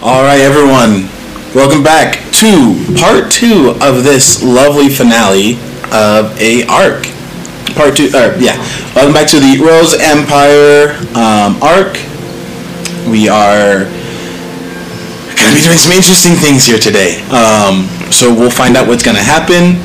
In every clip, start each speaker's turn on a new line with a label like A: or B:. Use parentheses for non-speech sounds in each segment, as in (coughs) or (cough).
A: All right, everyone. Welcome back to part two of this lovely finale of a arc. Part two, or yeah. Welcome back to the Rose Empire um, arc. We are gonna be doing some interesting things here today. Um, so we'll find out what's gonna happen.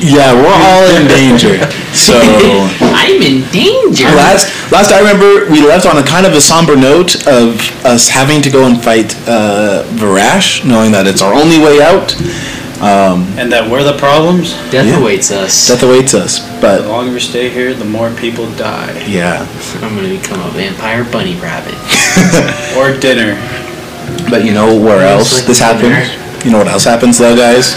A: Yeah, we're all in danger.
B: (laughs)
A: (laughs) So
C: I'm in danger.
A: Last, last I remember, we left on a kind of a somber note of us having to go and fight uh, Varash, knowing that it's our only way out. Um,
D: And that we're the problems.
C: Death
A: Yeah.
C: awaits us.
A: death awaits us,
D: The
A: but
D: longer we stay here, the more people die.
A: yeah,
C: I'm gonna become a vampire bunny rabbit.
D: Or dinner.
A: but you know where
C: Looks
A: else
C: like
A: this
C: a
A: happens?
C: winner.
A: You know what else happens, though, guys?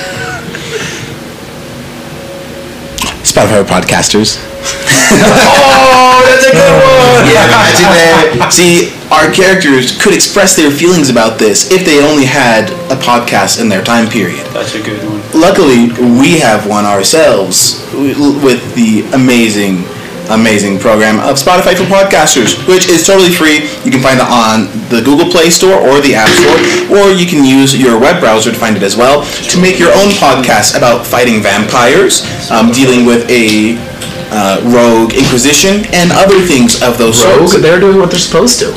A: Spotify podcasters. oh, that's (laughs) a good one. Yeah, imagine that. See, our characters could express their feelings about this if they only had a podcast in their time period.
D: That's a good one.
A: luckily we have one ourselves with the amazing amazing program of spotify for podcasters which is totally free you can find it on the google play store or the app store or you can use your web browser to find it as well to make your own podcast about fighting vampires um, dealing with a uh, rogue inquisition and other things of those
C: Rogue,
A: sorts
C: they're doing what they're supposed to.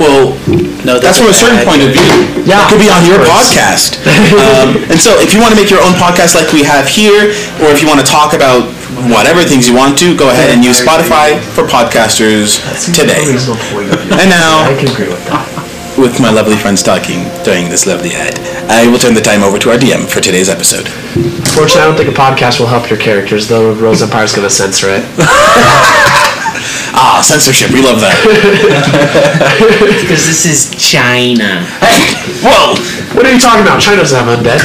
A: well
D: No,
A: that's from a certain point of view.
C: Yeah,
A: it could be on
C: of
A: your
C: course.
A: podcast. um, and so, if you want to make your own podcast like we have here, or if you want to talk about whatever things you want to, go ahead and use Spotify for podcasters today. And now,
C: I can agree with that.
A: with my lovely friends talking during this lovely ad, I will turn the time over to our DM for today's episode.
C: Fortunately, I don't think a podcast will help your characters, though Rose Empire's gonna censor it.
A: Ah, censorship. We love that.
C: Because this is China.
A: Whoa.
C: What are you talking about? China doesn't have undead.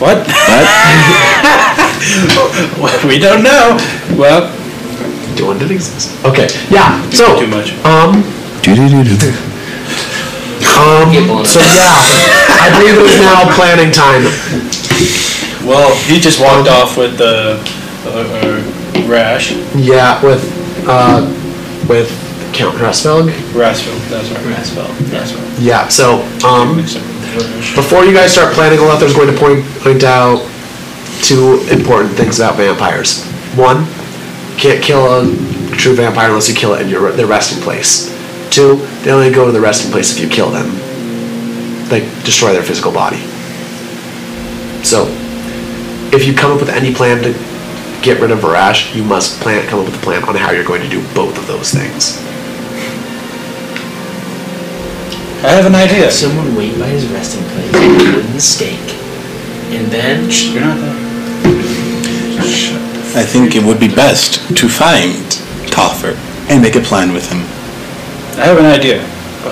D: What? (laughs)
A: What?
D: we don't know. Well,
C: Doing it exist. Okay. Yeah. So.
D: too much.
C: Um. Um. So yeah, I believe it is now planning time.
D: Well, he just walked off with the uh, uh, rash.
C: Yeah, with uh, with Count Rasvelg.
D: Rasfeld. That's right. Rasfeld. Rasfeld.
C: Yeah. So um, before you guys start planning a lot, there's going to point point out two important things about vampires. One, can't kill a true vampire unless you kill it in your their resting place. Two, they only go to the resting place if you kill them. Like destroy their physical body. So, if you come up with any plan to get rid of Varash, you must plan come up with a plan on how you're going to do both of those things.
D: I have an idea.
B: someone wait by his resting place and wooden stake. And then
D: You're not there.
A: I think it would be best to find Toffer and make a plan with him.
D: I have an idea.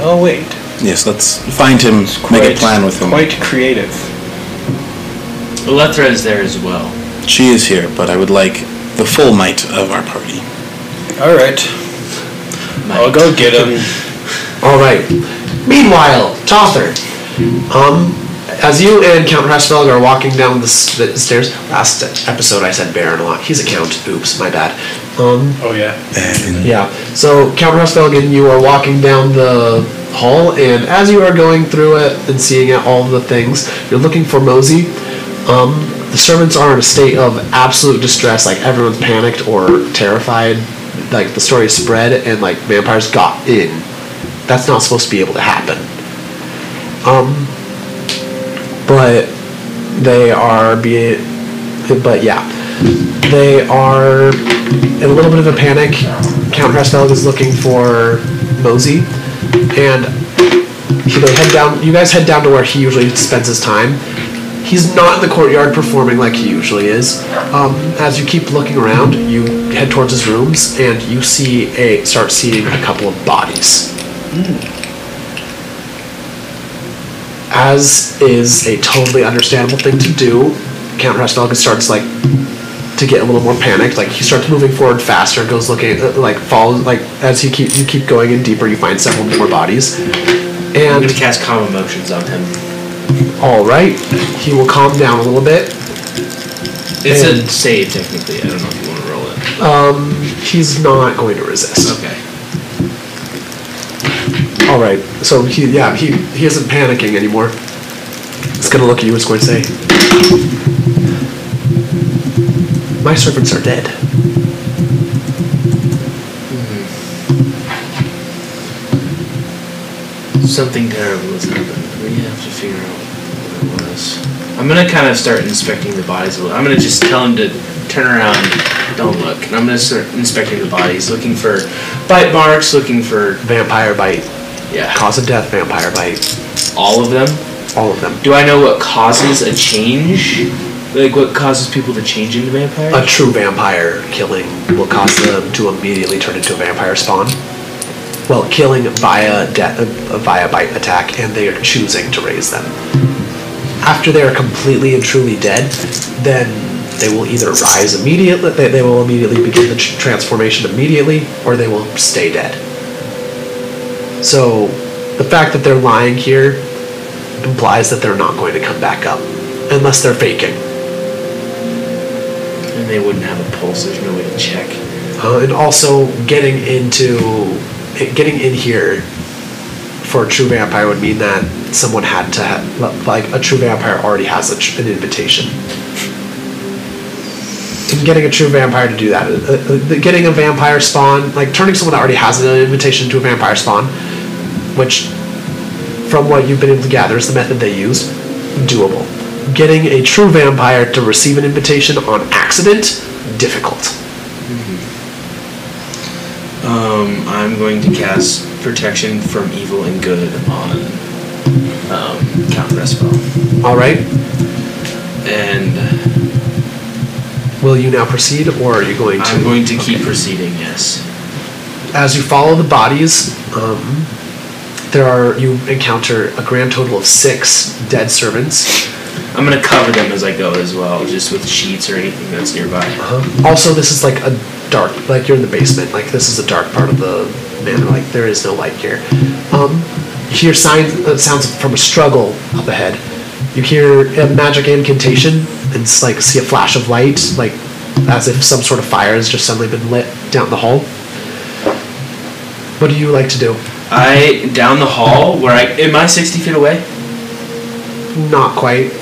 D: Oh wait.
A: Yes, let's find him, make a plan with him.
D: Quite creative.
B: Elethra is there as well.
A: She is here, but I would like the full might of our party.
D: All right. I'll go get him.
C: All right. Meanwhile, Tother, um, as you and Count Rasfelg are walking down the, s- the stairs, last episode I said Baron a lot. He's a count. Oops, my bad. Um,
D: Oh yeah.
C: yeah. So Count Rasfelg and you are walking down the hall, and as you are going through it and seeing it, all the things, you're looking for Mosey. Um, the servants are in a state of absolute distress. Like everyone's panicked or terrified. Like the story spread, and like vampires got in. That's not supposed to be able to happen. Um, but they are be, but yeah, they are in a little bit of a panic. Count Rasfelg is looking for Mosey, and they head down. You guys head down to where he usually spends his time. He's not in the courtyard performing like he usually is. Um, as you keep looking around, you head towards his rooms, and you see a start seeing a couple of bodies. Hmm. as is a totally understandable thing to do, Count Rastalga starts like to get a little more panicked. Like he starts moving forward faster, goes looking uh, like falls like as you keep you keep going in deeper, you find several more bodies.
B: I'm
C: And
B: gonna cast calm emotions on him.
C: all right, he will calm down a little bit.
B: It's a
C: And-
B: save technically. I don't know if you want to roll it.
C: Um, he's not going to resist.
B: Okay.
C: All right. So he, yeah, he he isn't panicking anymore. It's gonna look at you. It's going to say, "My servants are dead."
B: Something terrible has happened. We have to figure out what it was. I'm gonna kind of start inspecting the bodies a little. I'm gonna just tell him to turn around, don't look, and I'm gonna start inspecting the bodies, looking for bite marks, looking for
C: Vampire bite.
B: yeah,
C: Cause of death. Vampire bite.
B: all of them.
C: All of them.
B: Do I know what causes a change? Like what causes people to change into vampires?
C: A true vampire killing will cause them to immediately turn into a vampire spawn. Well, killing via de- uh, via bite attack, and they are choosing to raise them. After they are completely and truly dead, then they will either rise immediately, they, they will immediately begin the tr- transformation immediately, or they will stay dead. So, the fact that they're lying here implies that they're not going to come back up, unless they're faking.
B: and they wouldn't have a pulse. There's no way to check.
C: Uh, and also getting into getting in here for a true vampire would mean that someone had to have like a true vampire already has a, tr- an invitation and getting a true vampire to do that uh, uh, getting a vampire spawn like turning someone that already has an invitation to a vampire spawn which from what you've been able to gather is the method they used doable getting a true vampire to receive an invitation on accident difficult
B: Um, I'm going to cast protection from evil and good on um, Count Respel.
C: All right.
B: And
C: Will you now proceed, or are you going to?
B: I'm going to keep proceeding, yes.
C: As you follow the bodies, um, there are you encounter a grand total of six dead servants.
B: I'm going to cover them as I go as well, just with sheets or anything that's nearby.
C: Uh-huh. Also, this is like a dark, like you're in the basement. Like this is a dark part of the manor. Like there is no light here. Um, you hear signs, uh, sounds from a struggle up ahead. You hear a magic incantation and s- like see a flash of light, like as if some sort of fire has just suddenly been lit down the hall. What do you like to do?
B: I, down the hall, where I, am I 60 feet away?
C: Not quite.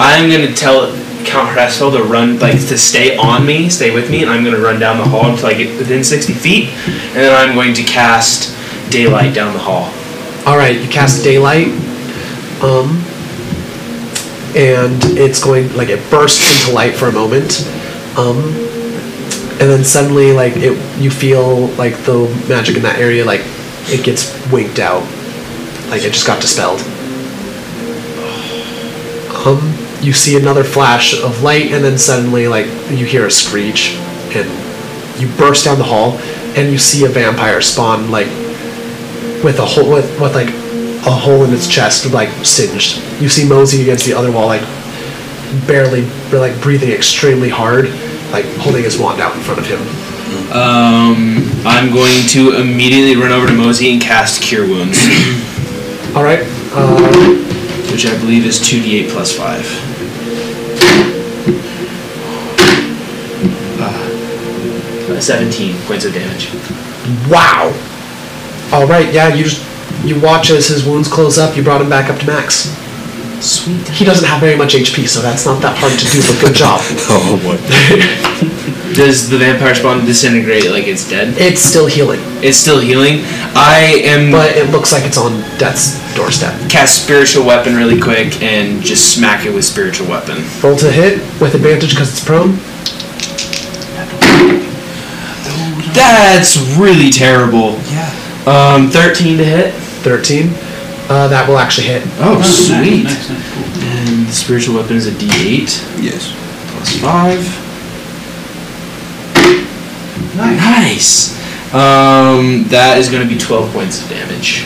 B: I'm going to tell Count Respel to run, like, to stay on me, stay with me, and I'm going to run down the hall until I get within 60 feet, and then I'm going to cast Daylight down the hall.
C: All right, you cast daylight, um, and it's going like it bursts into light for a moment, um, and then suddenly like it you feel like the magic in that area like it gets winked out, like it just got dispelled. Um, you see another flash of light, and then suddenly like you hear a screech, and you burst down the hall, and you see a vampire spawn like with a hole with, with like a hole in its chest like singed. You see Mosey against the other wall like barely like breathing extremely hard, like holding his wand out in front of him.
B: Um, I'm going to immediately run over to Mosey and cast Cure Wounds,
C: All right. Uh,
B: which I believe is 2d8 plus 5. Uh, 17 points of damage.
C: wow. All right. Yeah. You just you watch as his wounds close up. You brought him back up to max.
B: Sweet.
C: He doesn't have very much HP, so that's not that hard to do. But good job.
A: Oh boy.
B: Does the vampire spawn disintegrate like it's dead?
C: It's still healing,
B: It's still healing. I am
C: but it looks like it's on death's doorstep.
B: cast spiritual weapon really quick and just smack it with spiritual weapon.
C: Roll to hit with advantage because it's prone.
B: That's really terrible.
A: Yeah.
B: Um, 13 to hit.
C: Thirteen. Uh, that will actually hit.
B: Oh, sweet.
E: Nice, nice, cool.
B: And the spiritual weapon is a D8
A: Yes.
B: plus five.
E: Nice.
B: Nice. Um, that is going to be 12 points of damage.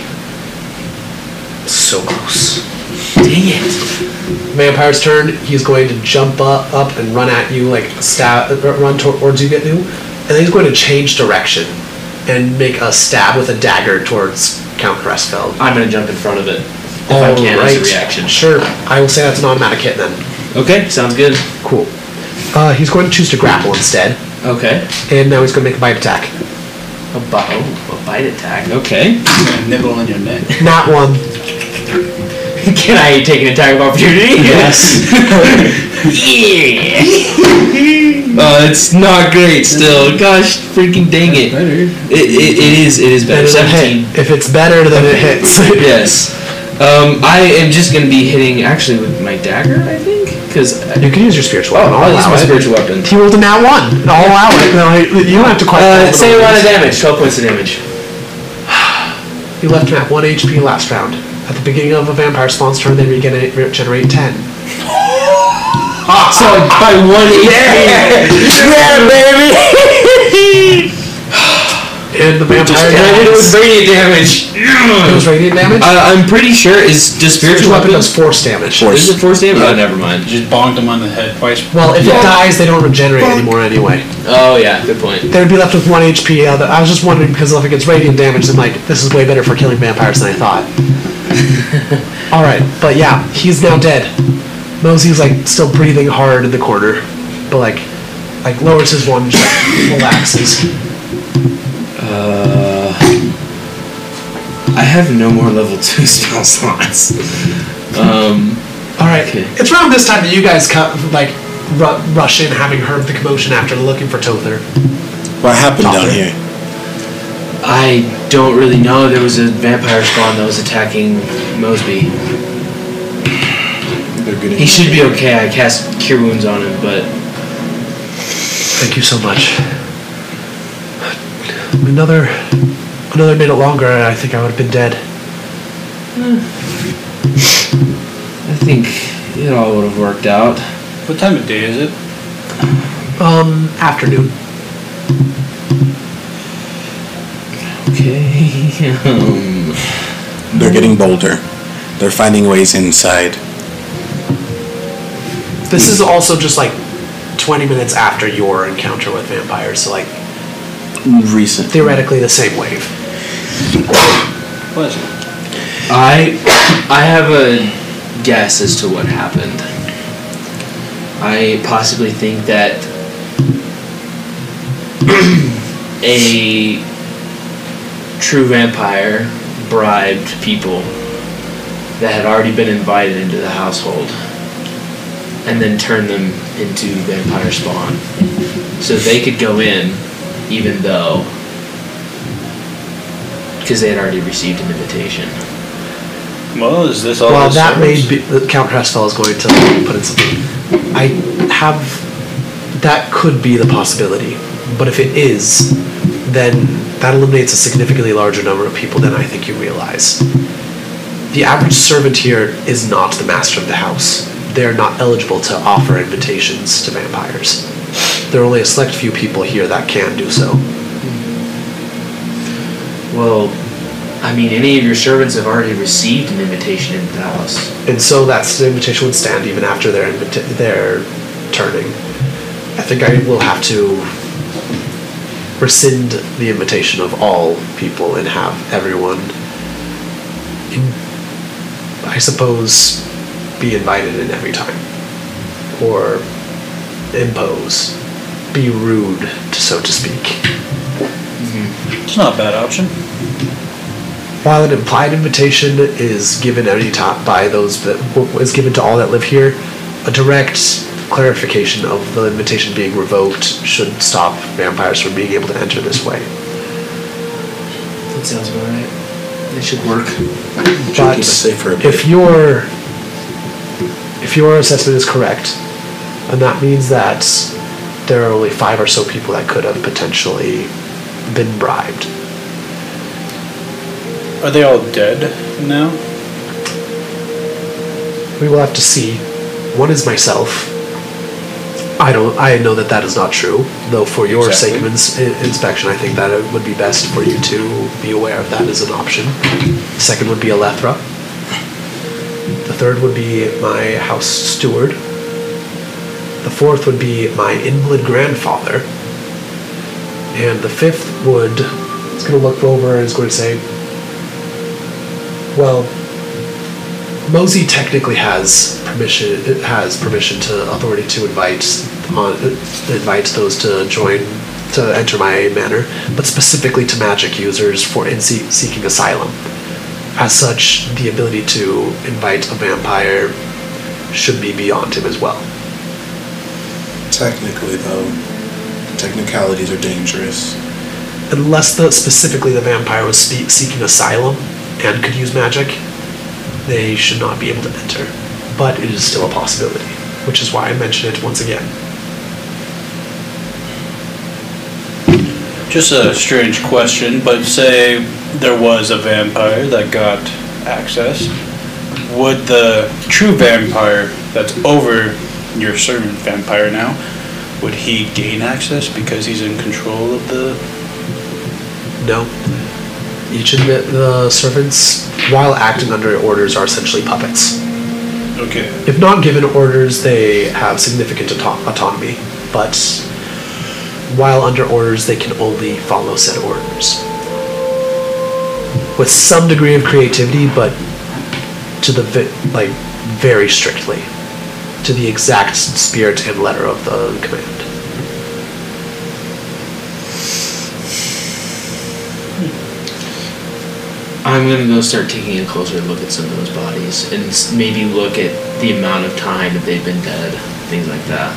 C: So close.
B: Dang it.
C: Vampire's turn. He's going to jump up, up and run at you, like stab, uh, run towards you, get you, and then he's going to change direction and make a stab with a dagger towards Count Cressfeld.
B: I'm going to jump in front of it if I can as a reaction.
C: Sure. I will say that's an automatic hit then.
B: Okay, sounds good.
C: Cool. Uh, he's going to choose to grapple instead,
B: Okay.
C: and now he's going to make a bite attack.
B: A, bi- oh, a bite attack.
E: Okay.
D: (laughs) nibble on your neck.
B: (laughs)
C: Not one.
B: Can I take an attack of opportunity?
E: Yes.
B: (laughs) yeah.
E: Uh, it's not great still. Gosh, freaking dang it. It,
D: Better.
E: it, it is. It is better.
C: Better than hit.
E: 17.
C: If it's better, then it hits. (laughs)
B: (laughs)
E: Yes. Um,
B: I am just gonna be hitting actually with my dagger, I think, because
C: you can use your spiritual weapon.
B: I'll
C: I'll
B: Oh, use my
C: allow it.
B: spiritual weapon.
C: He rolled a nat one. I'll allow
B: (laughs)
C: it. No, you don't have to quite. roll
B: Uh,
C: the
B: same amount
C: numbers.
B: of damage. Twelve points of damage.
C: You left him at 1 HP last round. At the beginning of a vampire spawn's turn, they regenerate, regenerate 10.
E: so by one yeah, yeah, baby.
C: And the
B: (laughs)
C: vampire
E: And I did it with
C: dies.
E: radiant damage.
C: It was radiant damage?
B: Uh,
E: I, I'm pretty sure is does
C: Spiritual
E: spiritual
C: weapon
E: weapon.
C: does force damage.
A: Force.
E: Is it force damage? Oh, never mind.
D: Just bonked him on the head twice.
C: Well, if
E: Yeah.
C: it dies, they don't regenerate anymore anyway.
B: Oh yeah, good point.
C: They would be left with 1 HP. uh, I was just wondering because if it gets radiant damage, then like, this is way better for killing vampires than I thought. Alright, but yeah, he's now dead. Mosey's like still breathing hard in the corner, but like, like lowers his one, and just like, relaxes.
E: Uh, I have no more level two (laughs) spell slots. Um,
C: All right.
E: Okay.
C: It's around this time that you guys cut, like ru- rush in, having heard the commotion after looking for Tother.
A: What happened down
C: Doctor.
A: here?
B: I don't really know. There was a vampire spawn that was attacking Mosby. He should be okay. I cast Cure Wounds on him, but
C: Thank you so much. Another, another minute longer, and I think I would have been dead.
B: I think it all would have worked out.
D: What time of day is it?
C: Um, afternoon.
B: Okay.
E: (laughs)
B: um,
A: They're getting bolder. They're finding ways inside.
C: This is also just like 20 minutes after your encounter with vampires, so like
A: Recent.
C: theoretically the same wave.
D: What is it?
B: I I have a guess as to what happened. I possibly think that (clears throat) a true vampire bribed people that had already been invited into the household and then turned them into vampire spawn so they could go in even though because they had already received an invitation
D: Well, is this all?
C: well,
D: the
C: that may
D: service?
C: be that Count Crestfall is going to put in something. I have that could be the possibility, but if it is, then that eliminates a significantly larger number of people than I think you realize. The average servant here is not the master of the house. They are not eligible to offer invitations to vampires. There are only a select few people here that can do so.
B: Well, I mean, any of your servants have already received an invitation into the house.
C: And so that's the invitation would stand even after their invita- their turning. I think I will have to rescind the invitation of all people and have everyone, in, I suppose, be invited in every time, or impose, be rude, to- so to speak.
D: It's not a bad option.
C: While an implied invitation is given any time by those that is given to all that live here, a direct clarification of the invitation being revoked should stop vampires from being able to enter this way.
B: That sounds about right. It should work.
C: But
A: keep us safe for a bit.
C: if your if your assessment is correct, and that means that there are only five or so people that could have potentially been bribed.
D: Are they all dead now?
C: We will have to see. One is myself. I don't. I know that that is not true. Though for your sake of ins- i- inspection, I think that it would be best for you to be aware of that as an option. Second would be Alethra. The third would be my house steward. The fourth would be my invalid grandfather. And the fifth would. It's going to look over and it's going to say, "Well, Mosey technically has permission. It has permission to authority to invite on invite those to join to enter my aid manner, but specifically to magic users for in see- seeking asylum. As such, the ability to invite a vampire should be beyond him as well.
A: Technically, though, technicalities are dangerous.
C: Unless the specifically the vampire was spe- seeking asylum and could use magic, they should not be able to enter. But it is still a possibility, which is why I mention it once again.
D: Just a strange question, but say there was a vampire that got access. Would the true vampire that's over your servant vampire now, would he gain access because he's in control of the?
C: No. Each of the- the servants, while acting under orders, are essentially puppets.
D: Okay.
C: If not given orders, they have significant auto- autonomy, but while under orders, they can only follow said orders. With some degree of creativity, but to the vi- like very strictly, to the exact spirit and letter of the command.
B: I'm gonna go start taking a closer look at some of those bodies and s- maybe look at the amount of time that they've been dead, things like that.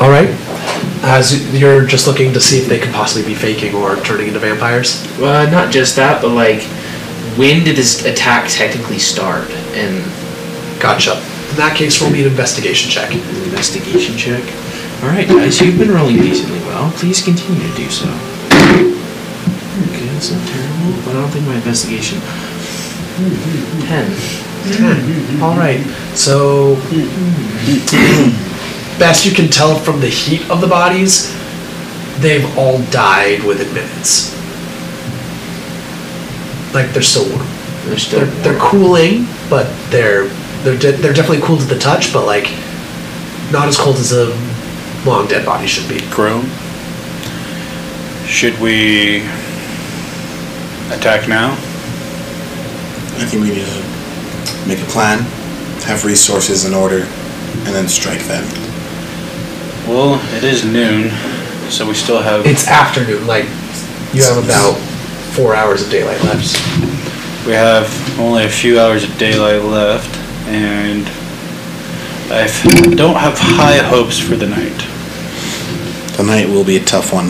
C: All right. As you're just looking to see if they could possibly be faking or turning into vampires.
B: Well, not just that, but like, when did this attack technically start? And
C: Gotcha. In that case, roll me an investigation check.
B: an investigation check. All right, guys, you've been rolling decently well. Please continue to do so. Okay, that's not terrible, but I don't think my investigation. Ten.
C: Hmm. All right. So, best you can tell from the heat of the bodies, they've all died within minutes. Like they're still warm.
B: They're
C: They're
B: still.
C: they're cooling, but they're they're de- they're definitely cool to the touch, but like not as cold as a long dead body should be.
D: Grown. Should we attack now?
A: I think we need to make a plan, have resources in order, and then strike them.
D: Well, it is noon, so we still have.
C: It's afternoon. Like you have about four hours of daylight left.
D: We have only a few hours of daylight left, and I f- don't have high hopes for the night.
A: Tonight will be a tough one.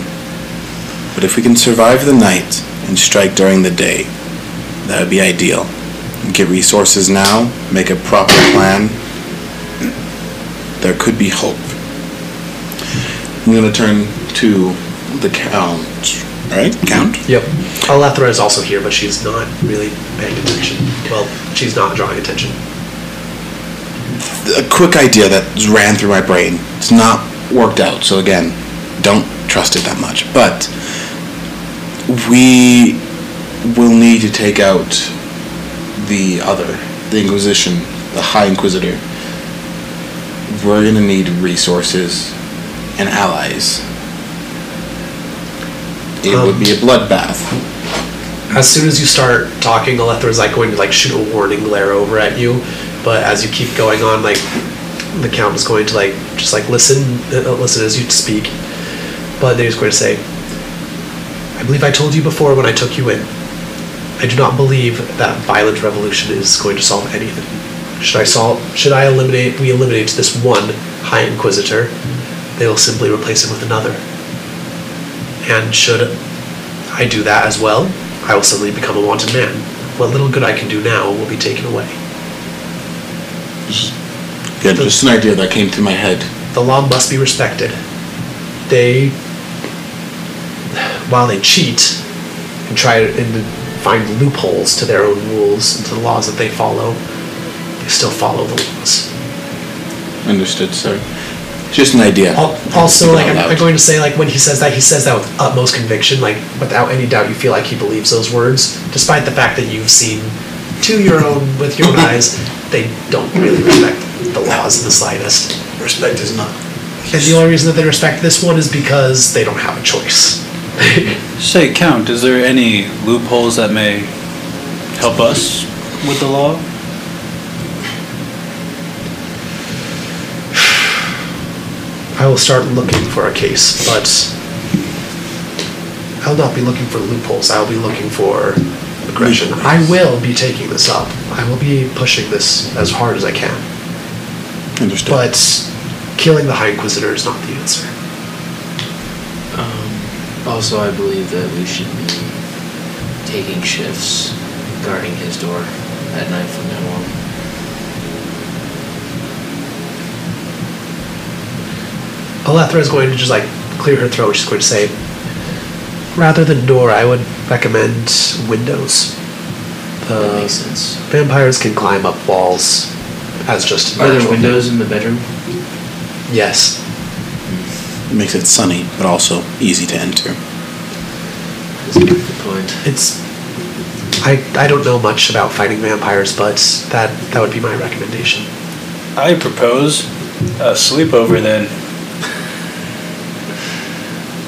A: But if we can survive the night and strike during the day, that would be ideal. Get resources now, make a proper plan. There could be hope. I'm gonna turn to the count. Alright, count?
C: Yep. Alethra is also here, but she's not really paying attention. Well, she's not drawing attention.
A: a quick idea that ran through my brain. It's not worked out, so again, don't trust it that much. But we will need to take out the other, the Inquisition, the High Inquisitor. We're gonna need resources and allies. It would
C: Um,
A: be a bloodbath.
C: As soon as you start talking, Alethra's like going to like shoot a warning glare over at you, but as you keep going on, like the count is going to like just like listen, uh, listen as you speak. But then he's going to say, "I believe I told you before when I took you in. I do not believe that violent revolution is going to solve anything. Should I solve? Should I eliminate? We eliminate this one High Inquisitor. They will simply replace him with another. And should I do that as well, I will suddenly become a wanted man. What little good I can do now will be taken away.
A: Good, just an idea that came to my head.
C: The law must be respected. They, while they cheat and try to- and to find loopholes to their own rules and to the laws that they follow, they still follow the laws.
A: Understood, sir. Just an idea.
C: Al- Also, like I'm,
A: Allowed.
C: I'm going to say, like when he says that, he says that with utmost conviction, like without any doubt. You feel like he believes those words, despite the fact that you've seen to your own with your own eyes, they don't really respect the laws in the slightest.
A: Respect is not.
C: And the only reason that they respect this one is because they don't have a choice. (laughs)
D: Say, Count, is there any loopholes that may help us with the law?
C: I will start looking for a case, but I'll not be looking for loopholes. I'll be looking for aggression. I will be taking this up. I will be pushing this as hard as I can.
A: Understood.
C: But killing the High Inquisitor is not the answer.
B: Um, also, I believe that we should be taking shifts guarding his door at night from now on.
C: Alethra is going to just like clear her throat. She's going to say, rather than door, I would recommend windows.
B: that
C: The
B: makes sense.
C: vampires can climb up walls as just a
B: Are there
C: natural thing.
B: windows in the bedroom?
C: Yes.
A: It makes it sunny, but also easy to enter.
B: That's a good point.
C: It's. I, I don't know much about fighting vampires, but that, that would be my recommendation.
D: I propose a sleepover (laughs) then.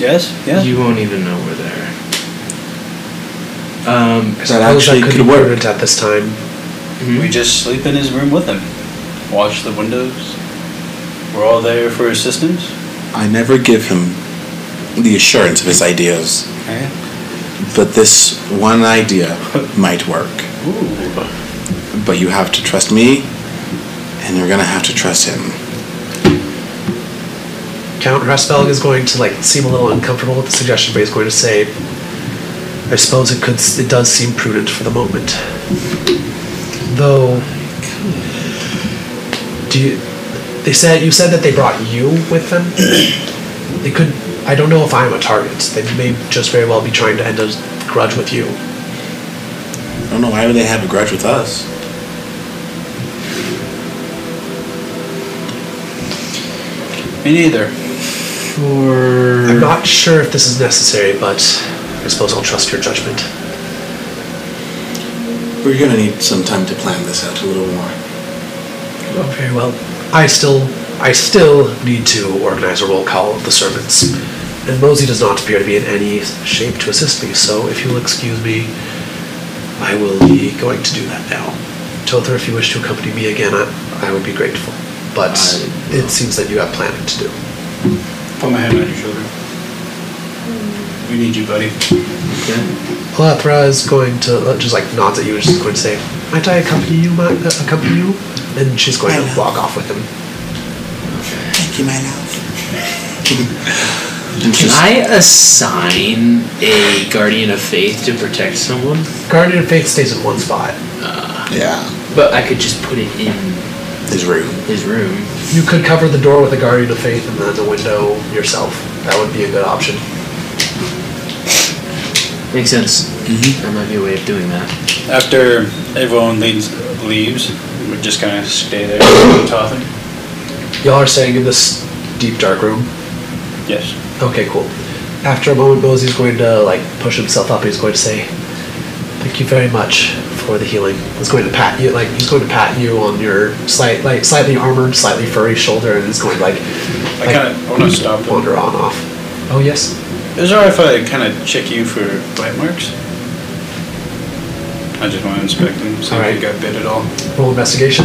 D: Yes? Yeah?
B: You won't even know we're there. Um,
C: I
A: That
C: suppose
A: actually
C: that
A: could
C: could be
A: work.
C: prudent at this time.
D: we just sleep in his room with him. Watch the windows. We're all there for assistance.
A: I never give him the assurance of his ideas,
D: Okay.
A: but this one idea might work.
D: Ooh.
A: But you have to trust me, and you're gonna have to trust him.
C: Count Rasbelg is going to like seem a little uncomfortable with the suggestion, but he's going to say, "I suppose it could. It does seem prudent for the moment, though." Do you? They said you said that they brought you with them. they could. I don't know if I'm a target. They may just very well be trying to end a grudge with you.
A: I don't know why would they have a grudge with us.
D: Me neither.
C: I'm not sure if this is necessary, but I suppose I'll trust your judgment.
A: We're gonna need some time to plan this out a little more.
C: Oh, very well. I still, I still need to organize a roll call of the servants, and Mosey does not appear to be in any shape to assist me. So, if you'll excuse me, I will be going to do that now. Tother, if you wish to accompany me again, I, I would be grateful. But
B: I-
C: it seems that you have planning to do.
D: Put my hand on your shoulder. We need you, buddy.
B: okay.
C: Plethora is going to uh, just like nods at you and she's going to say, "Might I accompany you? Might uh, accompany you?" And she's going to walk off with him.
A: Thank you, my love.
B: Can I assign a guardian of faith to protect someone?
C: Guardian of Faith stays in one spot.
A: Yeah,
B: But I could just put it in
A: his room.
B: his room.
C: You could cover the door with a guardian of faith and then the window yourself. That would be a good option.
B: Makes sense. That might be a way of doing that.
D: After everyone leaves, leaves we just kind of stay there talking.
C: Y'all are staying in this deep dark room.
D: Yes.
C: Okay, cool. After a moment, Mosey's going to like push himself up. He's going to say, "Thank you very much for the healing." He's going to pat you like he's going to pat you on your slight, like slightly armored, slightly furry shoulder, and he's going to like
D: I kind of want to stop him.
C: wander on off. Oh yes,
D: Is Hmm. it alright if I kind of check you for bite marks? I just want to inspect him, see if
C: Alright.
D: he got bit at all.
C: Roll investigation.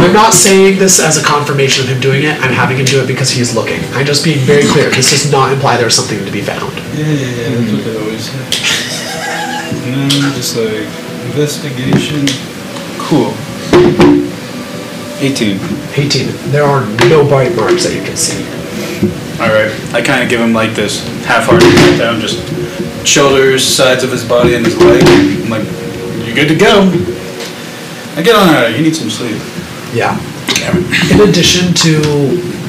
C: I'm not saying this as a confirmation of him doing it. I'm having him do it because he's looking. I'm just being very clear. This does not imply there's something to be found.
D: Yeah, yeah, yeah, that's what they always say. And then just like investigation. Cool. 18.
C: 18. There are no bite marks that you can see.
D: Alright, I kind of give him like this half hearted down, just shoulders, sides of his body, and his leg. I'm like, you're good to go. I get on out you need some sleep.
C: Yeah. In addition to,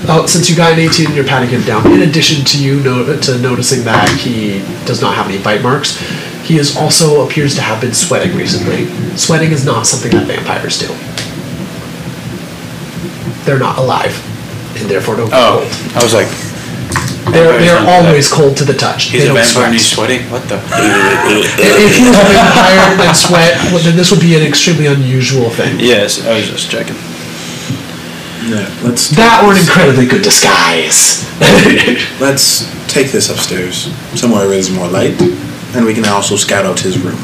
C: oh, since you got an 18 and you're patting him down, in addition to you no- to noticing that he does not have any bite marks, he is also appears to have been sweating recently. Sweating is not something that vampires do. They're not alive, and therefore don't get
D: Oh,
C: cold.
D: I was like,
C: They're,
D: Vampire's
C: they're
D: not that-
C: always cold to the touch.
D: he's
C: they
D: a
C: don't
D: vampire
C: sweat.
D: and he's sweating? What
A: (laughs)
D: the?
C: If he was a vampire and sweat, well, then this would be an extremely unusual thing.
D: yes, I was just checking.
A: No, let's
C: That were an incredibly good disguise. (laughs)
A: let's take this upstairs, somewhere where there's more light, and we can also scout out his room.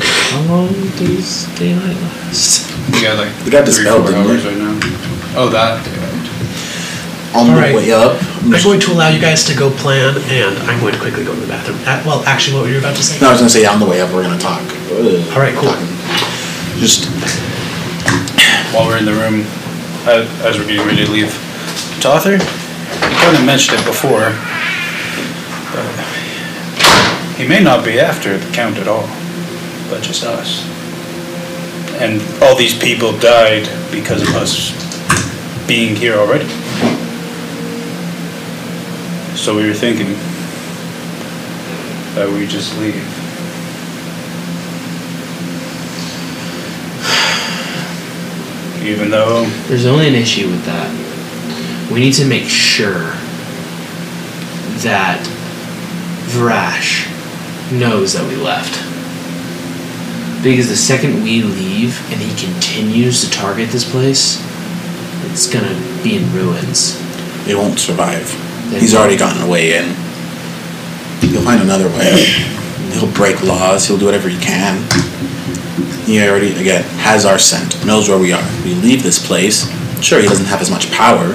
B: How long does daylight last?
D: We got like
A: We got
D: three,
A: dispelled,
D: four
A: didn't we?
D: hours right now. Oh, that.
A: On
C: All
A: the
C: right.
A: way up,
C: I'm going to allow you guys to go plan, and I'm going to quickly go to the bathroom. Uh, well, actually, what were you about to say?
A: No, I was gonna say on the way up we're gonna talk.
C: All right, cool.
A: Just
D: while we're in the room, uh, as we're getting ready to leave. Tother, you kind of mentioned it before. but He may not be after the count at all, but just us. And all these people died because of us being here already. So we were thinking that we just leave. Even though
B: There's only an issue with that. We need to make sure that Vrash knows that we left. Because the second we leave and he continues to target this place, it's gonna be in ruins.
A: it won't survive. He's already gotten a way in. He'll find another way. He'll break laws. He'll do whatever he can. He already again has our scent. Knows where we are. We leave this place. Sure, he doesn't have as much power,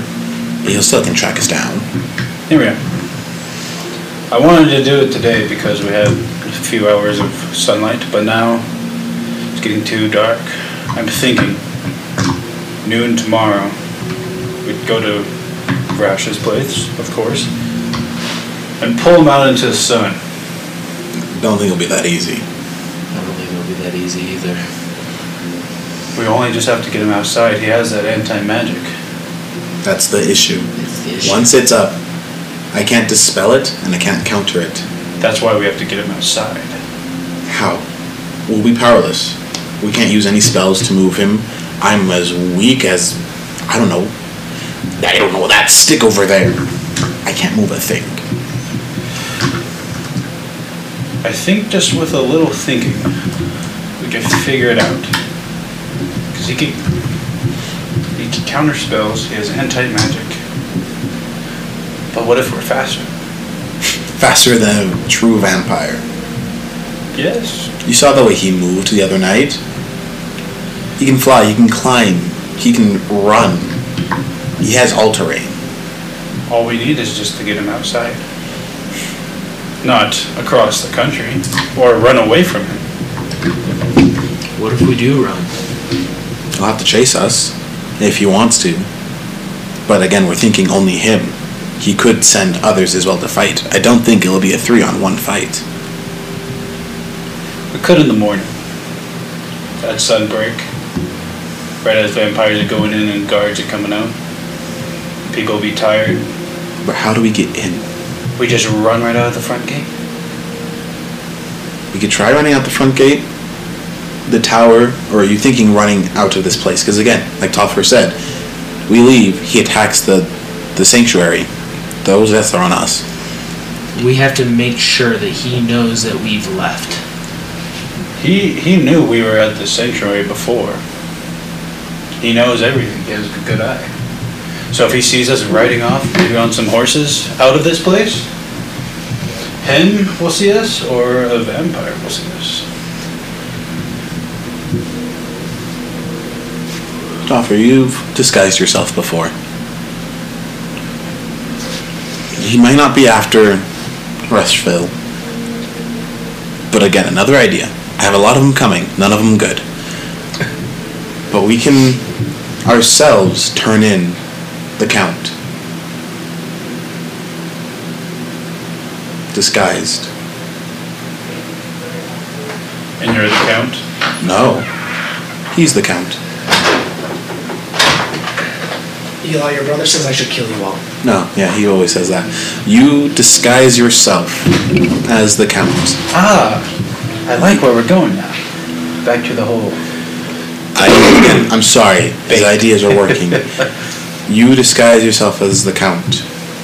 A: but he'll still can track us down.
D: Here we are. I wanted to do it today because we had a few hours of sunlight, but now it's getting too dark. I'm thinking noon tomorrow we'd go to Rash's place, of course, and pull him out into the sun.
A: Don't think it'll be that easy.
B: I don't think it'll be that easy either.
D: We only just have to get him outside. He has that anti-magic.
A: That's the issue.
B: It's the issue.
A: Once it's up, I can't dispel it and I can't counter it.
D: That's why we have to get him outside.
A: How? We'll be powerless. We can't use any spells to move him. I'm as weak as I don't know. I don't know that stick over there. I can't move a thing.
D: I think just with a little thinking, we can figure it out. Because he can, he can counter spells. He has anti magic. But what if we're faster?
A: Faster than a true vampire.
D: Yes.
A: You saw the way he moved the other night. He can fly. He can climb. He can run. He has all terrain.
D: All we need is just to get him outside, not across the country, or run away from him.
B: What if we do run?
A: He'll have to chase us if he wants to. But again, we're thinking only him. He could send others as well to fight. I don't think it'll be a three on one fight.
D: We could in the morning. At sunbreak, right as vampires are going in and guards are coming out, people will be tired.
A: But how do we get in?
D: We just run right out of the front gate.
A: We could try running out the front gate, the tower, or are you thinking running out of this place? Because again, like Topher said, we leave, he attacks the, the sanctuary. Those deaths are on us.
B: We have to make sure that he knows that we've left.
D: He he knew we were at the sanctuary before. He knows everything. He has a good eye. So if he sees us riding off, maybe on some horses, out of this place, him will see us, or a vampire will see us.
A: Topher, you've disguised yourself before. He might not be after Rushville. But again, another idea. I have a lot of them coming, none of them good. But we can ourselves turn in the count. Disguised.
D: And you're the count.
A: No. He's the count.
C: Eli, your brother says I should kill you all.
A: No, yeah, he always says that. You disguise yourself as the count.
D: Ah, I like where we're going now. Back to the whole.
A: I, again, I'm sorry. His ideas are working. you disguise yourself as the Count.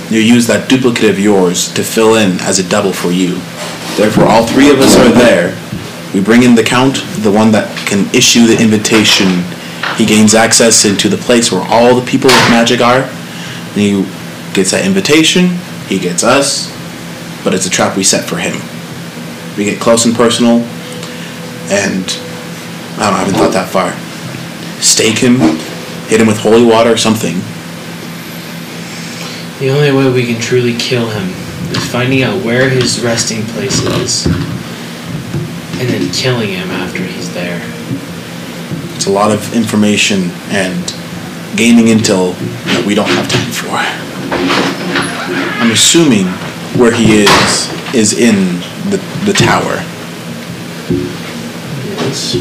A: You use that duplicate of yours to fill in as a double for you. Therefore, all three of us are there. We bring in the Count, the one that can issue the invitation. He gains access into the place where all the people with magic are. And he gets that invitation. He gets us. But it's a trap we set for him. We get close and personal. And I don't know, I haven't thought that far. Stake him, hit him with holy water or something.
B: The only way we can truly kill him is finding out where his resting place is and then killing him after he's there.
A: It's a lot of information and gaining intel that we don't have time for. I'm assuming where he is is in the, the tower,
F: Yes.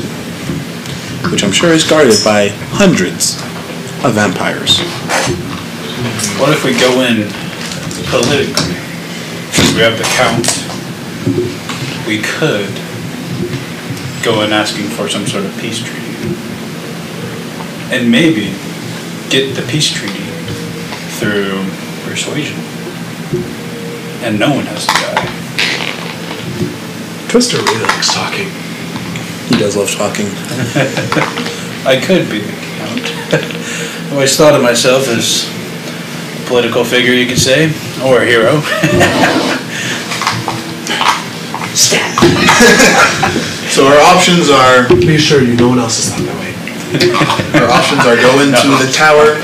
A: which I'm sure is guarded by hundreds of vampires.
D: What if we go in politically? We have the count. We could go in asking for some sort of peace treaty. And maybe get the peace treaty through persuasion. And no one has to die.
C: Twister really likes talking.
A: He does love talking.
D: I could be the count. (laughs) I always thought of myself as a political figure, you could say, or a hero.
G: So our options are
C: Be sure you, no one else is thought that way.
G: our options are go into
A: (laughs)
G: the tower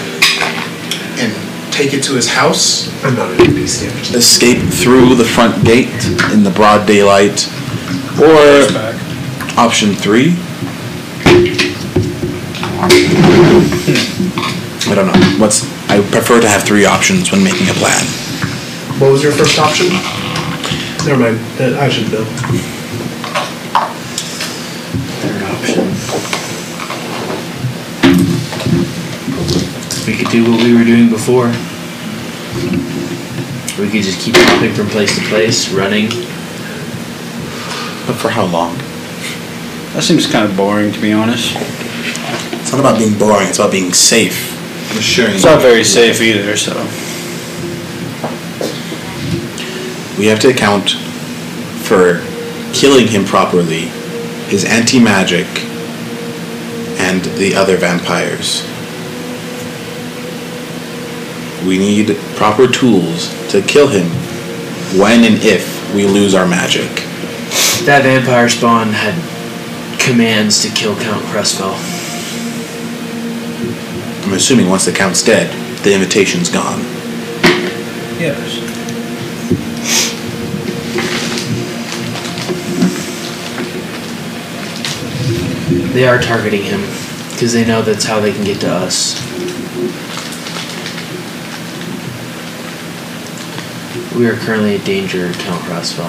G: and take it to his house.
C: I'm not an NPC. I'm just-
A: Escape through the front gate in the broad daylight. Or
D: Back.
A: option three. I don't know. What's I prefer to have three options when making a plan.
C: What was your first option? Never mind. Uh, I should know.
B: Third option. We could do what we were doing before. We could just keep hopping from place to place, running.
A: But for how long?
D: That seems kind of boring, to be honest.
A: It's not about being boring, it's about being safe. I'm assuring
D: It's not very safe either, so.
A: We have to account for killing him properly, his anti magic, and the other vampires. We need proper tools to kill him when and if we lose our magic.
B: That vampire spawn had commands to kill Count Crespel.
A: I'm assuming once the count's dead, the invitation's gone.
D: Yes.
B: They are targeting him because they know that's how they can get to us. We are currently a danger, Count Crespel.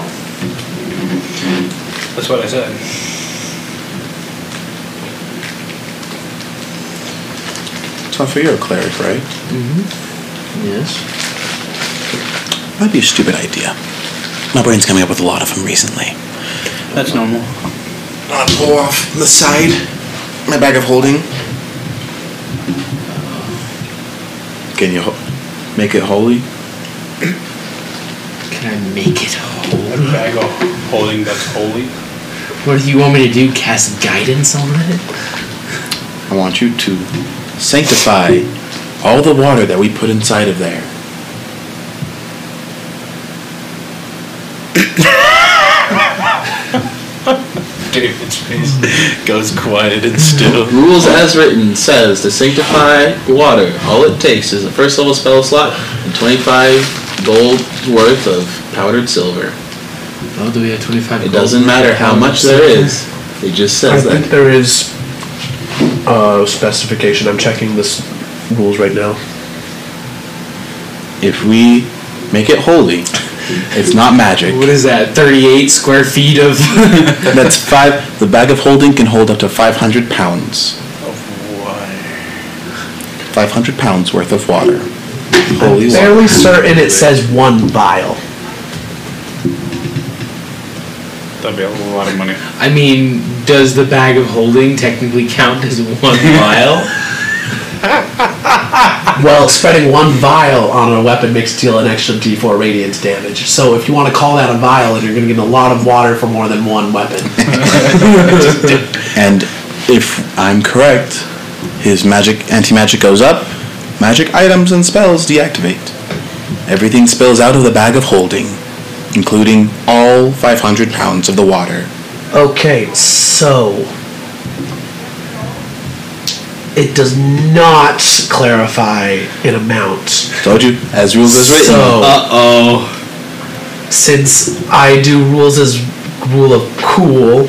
D: That's what I said.
A: So for your cleric, right?
B: Mm-hmm. Yes.
A: Might be a stupid idea. My brain's coming up with a lot of them recently.
D: That's normal.
A: I pull off the side, my bag of holding. Can you ho- make it holy?
B: Can I make it
D: That
B: whole?
D: bag of holding that's holy.
B: What do you want me to do? Cast guidance on it?
A: I want you to sanctify all the water that we put inside of there.
D: David's (laughs) face goes quiet and still.
H: Rules as written says to sanctify water, all it takes is a first level spell slot and 25 gold worth of powdered silver.
B: Oh, do we have 25
H: It doesn't matter how much there is, it just
C: I
H: says
C: think
H: that.
C: there is uh, specification. I'm checking this rules right now.
A: If we make it holy, it's not magic.
B: What is that? 38 square feet of. (laughs)
A: That's five. The bag of holding can hold up to 500 pounds.
D: (laughs) Of water.
A: 500 pounds worth of water. Holy water.
C: Fairly certain it says one vial.
D: That'd be a lot of money.
B: I mean, does the bag of holding technically count as
H: (laughs)
B: one vial?
C: Well, spreading one vial on a weapon makes deal an extra d4 radiant damage. So if you want to call that a vial, then you're going to get a lot of water for more than one weapon.
A: And if I'm correct, his magic anti-magic goes up, magic items and spells deactivate. Everything spills out of the bag of holding, including all 500 pounds of the water.
C: Okay, so it does not clarify an amount.
A: Told you, as rules as written.
C: So-
E: Uh oh.
C: since I do rules as rule of cool,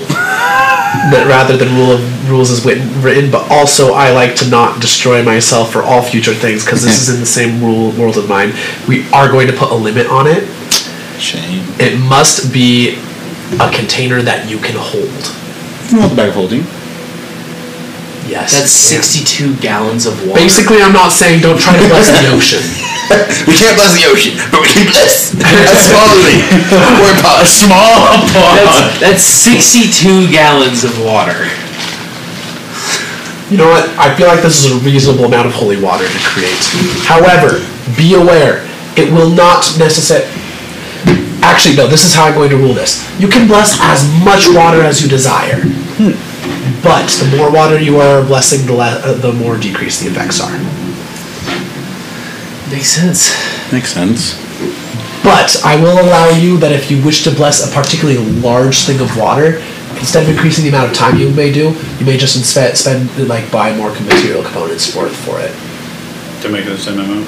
C: that rather than rule of rules as written, written, but also I like to not destroy myself for all future things because this is in the same rule world of mine. We are going to put a limit on it.
I: Shame.
C: It must be a container that you can hold.
I: You want the bag of holding?
C: Yes.
B: That's 62 gallons of water.
C: Basically, I'm not saying don't try to bless the ocean.
A: we can't bless the ocean, but we can bless a small lily or a pot.
E: Small That's, that's 62 gallons of water.
C: You know what? I feel like this is a reasonable amount of holy water to create. However, be aware, it will not necessarily. Actually, no, this is how I'm going to rule this. You can bless as much water as you desire. But the more water you are blessing, the, le- uh, the more decreased the effects are.
B: makes sense.
I: Makes sense.
C: But I will allow you that if you wish to bless a particularly large thing of water, instead of increasing the amount of time you may do, you may just instead spend like buy more material components for for it.
D: to make the same amount.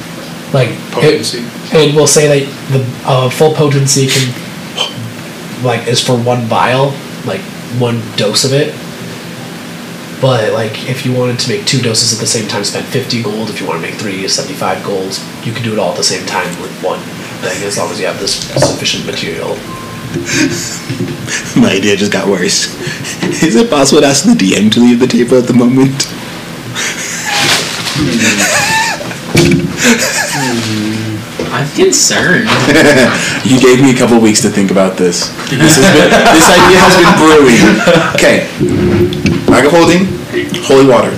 C: like
D: Potency.
C: It, and we'll say that the uh, full potency can like is for one vial, like one dose of it. But like if you wanted to make two doses at the same time, spend fifty gold. If you want to make three, seventy-five gold. You can do it all at the same time with one thing, as long as you have this sufficient material.
A: (laughs) My idea just got worse. Is it possible to ask the DM to leave the table at the moment?
E: I'm concerned.
A: (laughs) You gave me a couple weeks to think about this. This, has been, this idea has been brewing. Okay. Bag of holding, holy water,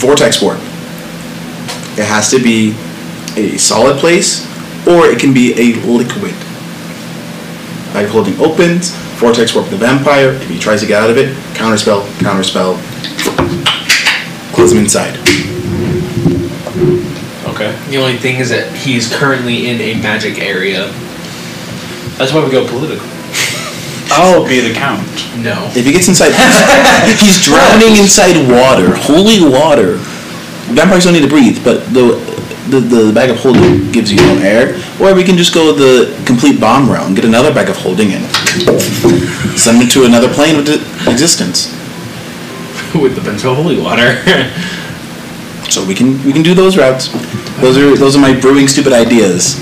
A: vortex warp. It has to be a solid place, or it can be a liquid. Bag of holding opens, vortex warp the vampire. If he tries to get out of it, counterspell, counterspell, close him inside.
D: Okay.
B: (laughs) The only thing is that he's currently in a magic area.
D: That's why we go political. I'll be the count.
B: No.
A: If he gets inside, (laughs) he's drowning inside water, holy water. Vampires don't need to breathe, but the the, the bag of holding gives you no air. Or we can just go the complete bomb round, get another bag of holding in, send him to another plane of di- existence.
E: (laughs) With a bunch of holy water.
A: So we can we can do those routes. Those are those are my brewing stupid ideas.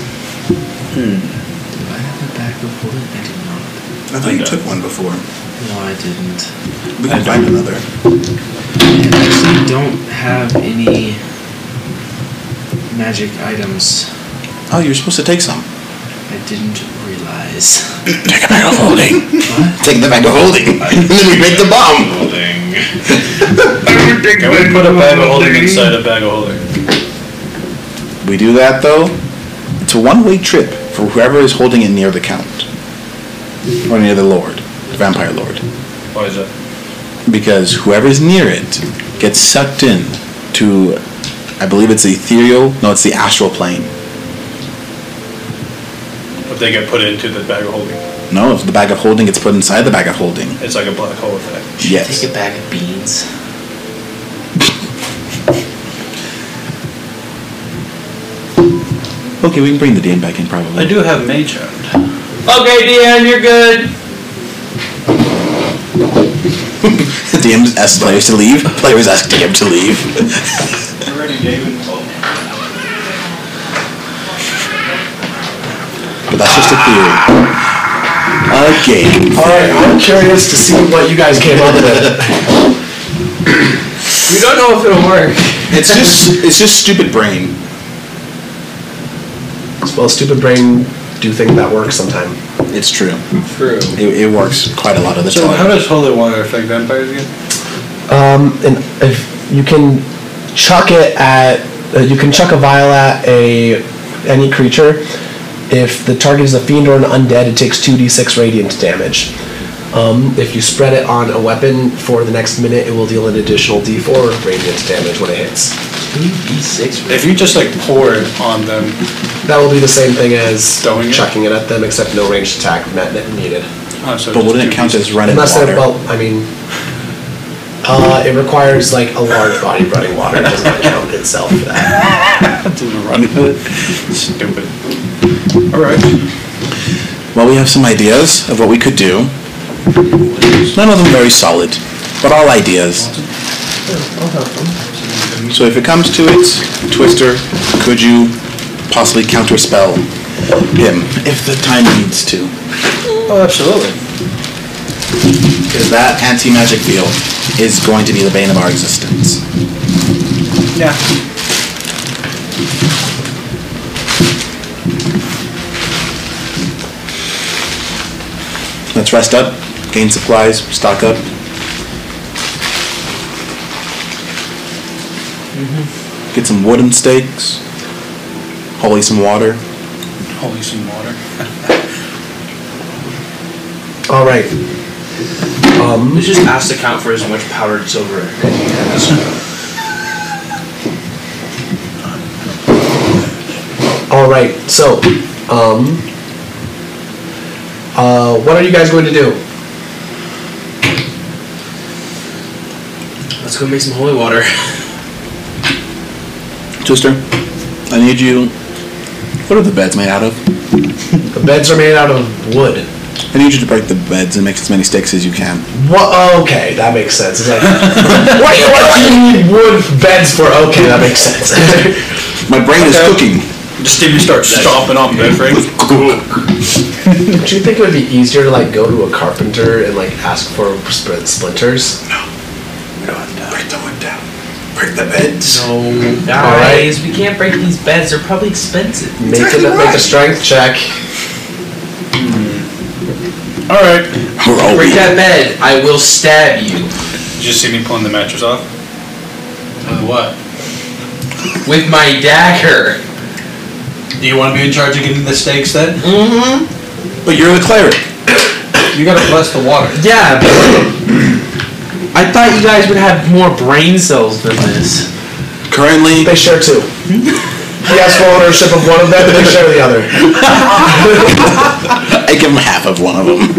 E: Do I have a bag of holding? I did
J: I thought you took one before.
E: not. No, I didn't.
J: We can find another.
E: I actually don't have any magic items.
A: Oh, you're supposed to take some.
E: I didn't realize.
A: Take a bag of holding. Take the bag of holding, and then we make the bomb.
D: Can we put a bag of holding inside a bag of holding?
A: We do that though. It's a one-way trip for whoever is holding it near the count or near the lord, the vampire lord,
D: Why is that?
A: because whoever's near it gets sucked in to, I believe it's the ethereal. No, it's the astral plane.
D: If they get put into the bag of holding,
A: No, if the bag of holding gets put inside the bag of holding.
D: it's like a black hole effect.
E: Should I
A: Yes.
E: Take a bag of beans.
A: Okay, we can bring the dame back in probably.
D: I do have mage hand.
E: Okay, DM, you're good.
A: DMs ask players to leave. Players ask DM to leave.
D: Already gave him.
A: But that's just a theory. Again,
C: All right, I'm curious to see what you guys came up with.
B: We don't know if it'll work.
A: it's just it's just stupid brain.
C: Well, stupid brain do thing that works sometime.
A: It's true.
B: True.
A: It, it works quite a lot of the
D: So
A: time.
D: how does holy water affect vampires again?
C: Um, and if you can chuck it at, uh, you can chuck a vial at a any creature. If the target is a fiend or an undead, it takes two d6 radiant damage. Um, if you spread it on a weapon for the next minute, it will deal an additional d4 radiant damage when it hits.
D: If you just like pour it on them,
C: That will be the same thing as
D: Throwing it?
C: chucking it? at them, except no ranged attack not needed.
D: oh, so
A: But
D: just
A: wouldn't
D: two
A: it count
D: pieces.
A: as running
C: Unless
A: water?
C: they're well, I mean, Uh, it requires like a large body of running water. It does not count itself for that.
D: Didn't run it. Stupid. All right.
A: Well, we have some ideas of what we could do. None of them very solid, but all ideas. So if it comes to it, Twister, could you possibly counterspell him if the time needs to?
D: Oh, absolutely.
A: Because that anti-magic field is going to be the bane of our existence.
D: Yeah.
A: Let's rest up, gain supplies, stock up. Get some wooden stakes, holy some water.
D: Holy some water.
C: All right. Um,
K: Let's just ask to count for as much powdered silver as he has.
C: all right. So, um, uh, what are you guys going to do?
K: Let's go make some holy water.
A: Twister, I need you. What are the beds made out of?
C: The beds are made out of wood.
A: I need you to break the beds and make as many stakes as you can.
C: What? Okay, that makes sense. It's like, (laughs) what, what do you need wood beds for? Okay, that makes sense. (laughs)
A: My brain is
D: Okay.
A: cooking.
D: Just Steven starts stomping on bed frames.
C: Would you think it would be easier to like go to a carpenter and like ask for split splinters?
L: Break the wood down. Break the beds.
B: (laughs) No,
C: guys,
B: guys, we can't break these beds. They're probably expensive.
C: Make it
L: Exactly
C: make a
L: right.
C: strength check.
D: All right.
A: We're all
K: Break
A: weak.
K: that bed. I will stab you
D: Did you see me pulling the mattress off? With what?
K: with my dagger.
D: Do you want to be in charge of getting the stakes then?
A: But you're the cleric.
D: You gotta bless the water.
B: Yeah, but I thought you guys would have more brain cells than this.
A: Currently,
C: They share two. He has full ownership of one of them, and they share the other. (laughs)
A: I give him half of one of them.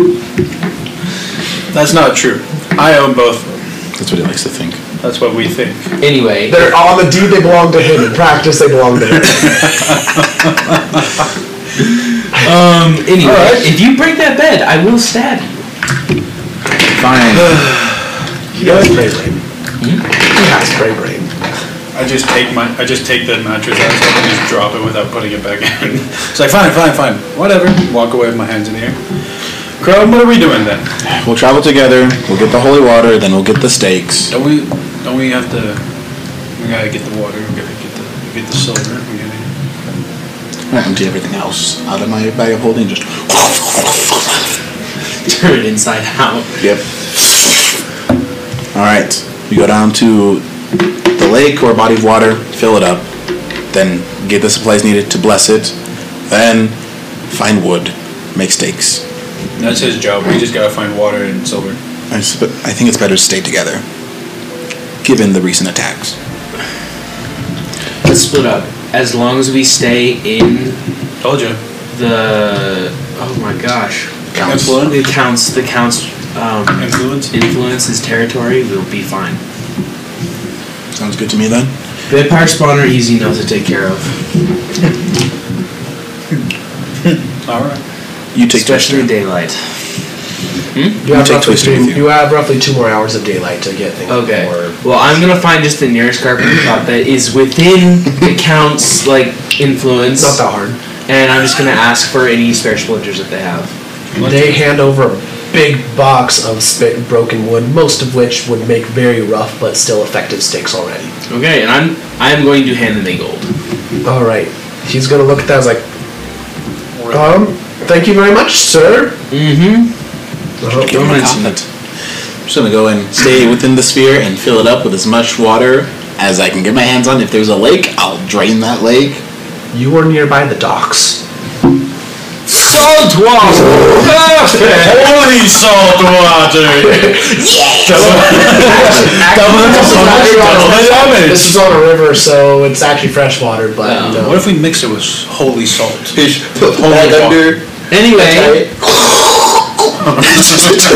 D: That's not true. I own both.
A: That's what he likes to think.
D: That's what we think.
C: (laughs)
B: Anyway,
C: They're on the deed. They belong to him. In practice, they belong to him.
B: um, anyway,
C: Alright.
B: if you break that bed, I will stab you. (laughs)
A: Fine.
C: He has gray brain. He has gray brain.
D: I just take my, I just take the mattress out so I can just drop it without putting it back in. It's like fine, fine, fine, whatever. Walk away with my hands in the air. Chrome, what are we doing then?
A: We'll travel together. We'll get the holy water. Then we'll get the stakes.
D: Don't we, don't we have to? We gotta get the water. We gotta get the, we get the silver. We gotta.
A: I'm gonna empty everything else out of my bag of holding. Just.
B: Turn it inside out.
A: Yep. All right. You go down to the lake or body of water, fill it up, then get the supplies needed to bless it, then find wood, make stakes.
D: That's his job. We just gotta find water and silver.
A: I, s- I think it's better to stay together, given the recent attacks.
B: Let's split up. As long as we stay in
D: Told you.
B: the oh my gosh,
A: Counts.
B: the counts, the counts, um,
D: Influence.
B: influences territory, we'll be fine.
A: Sounds good to me then.
B: Vampire spawn are easy enough to take care of,
D: All right.
A: You take
B: especially in
A: Twister.
B: daylight.
C: You have,
A: take
C: roughly
A: Twister
C: two,
A: with you.
C: you have roughly two more hours of daylight to get things.
B: Okay.
C: More.
B: Well, I'm gonna find just the nearest (coughs) carpenter shop that is within the count's like influence,
C: It's not that hard.
B: and I'm just gonna ask for any spare splinters that they have.
C: They hand over a big box of spit broken wood, most of which would make very rough but still effective sticks already.
B: Okay, and I'm I'm going to hand them a gold.
C: All right. He's gonna look at that. He's like, um, thank you very much, sir.
B: Mm-hmm.
C: Uh-huh.
B: Don't
A: I'm
B: mention
A: confident. I'm just gonna go and stay within the sphere and fill it up with as much water as I can get my hands on. If there's a lake, I'll drain that lake. (laughs)
C: You were nearby the docks.
B: Salt water.
D: Holy
B: (laughs)
D: salt water.
C: This is on a river, so it's actually fresh water, but you know.
D: What if we mix
B: (laughs)
D: it with holy salt?
M: Put that under.
D: water.
B: Anyway,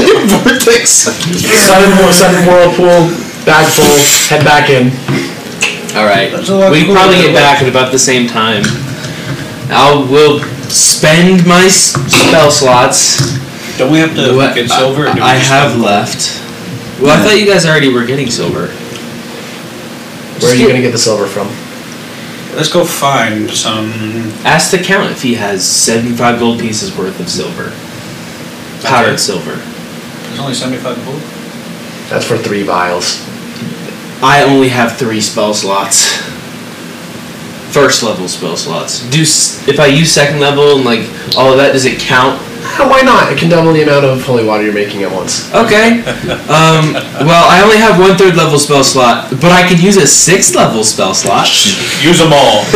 I: Your vortex.
C: Sudden, sudden whirlpool, bag full, head back in.
B: All right.
D: That's a lot
B: We
D: cooler
B: probably
D: than
B: get
D: it looks.
B: back at about the same time. I will spend my s- spell slots.
D: Don't we have to
B: What-
D: get silver? or do we
B: I, I
D: just
B: have left. Well, I thought you guys already were getting silver.
C: Where are you gonna get the silver from?
D: Let's go find some.
B: Ask the count if he has seventy-five gold pieces worth of silver, powdered
D: Okay.
B: silver.
D: There's only 75 gold.
C: That's for three vials. (laughs)
B: I only have three spell slots. First level spell slots. Do s- if I use second level and like all of that, does it count?
C: Ah, Why not? It can double the amount of holy water you're making at once.
I: (laughs)
B: Okay. Um, well, I only have one third level spell slot, but I could use a sixth level spell slot.
D: Use them
B: (laughs)
D: all.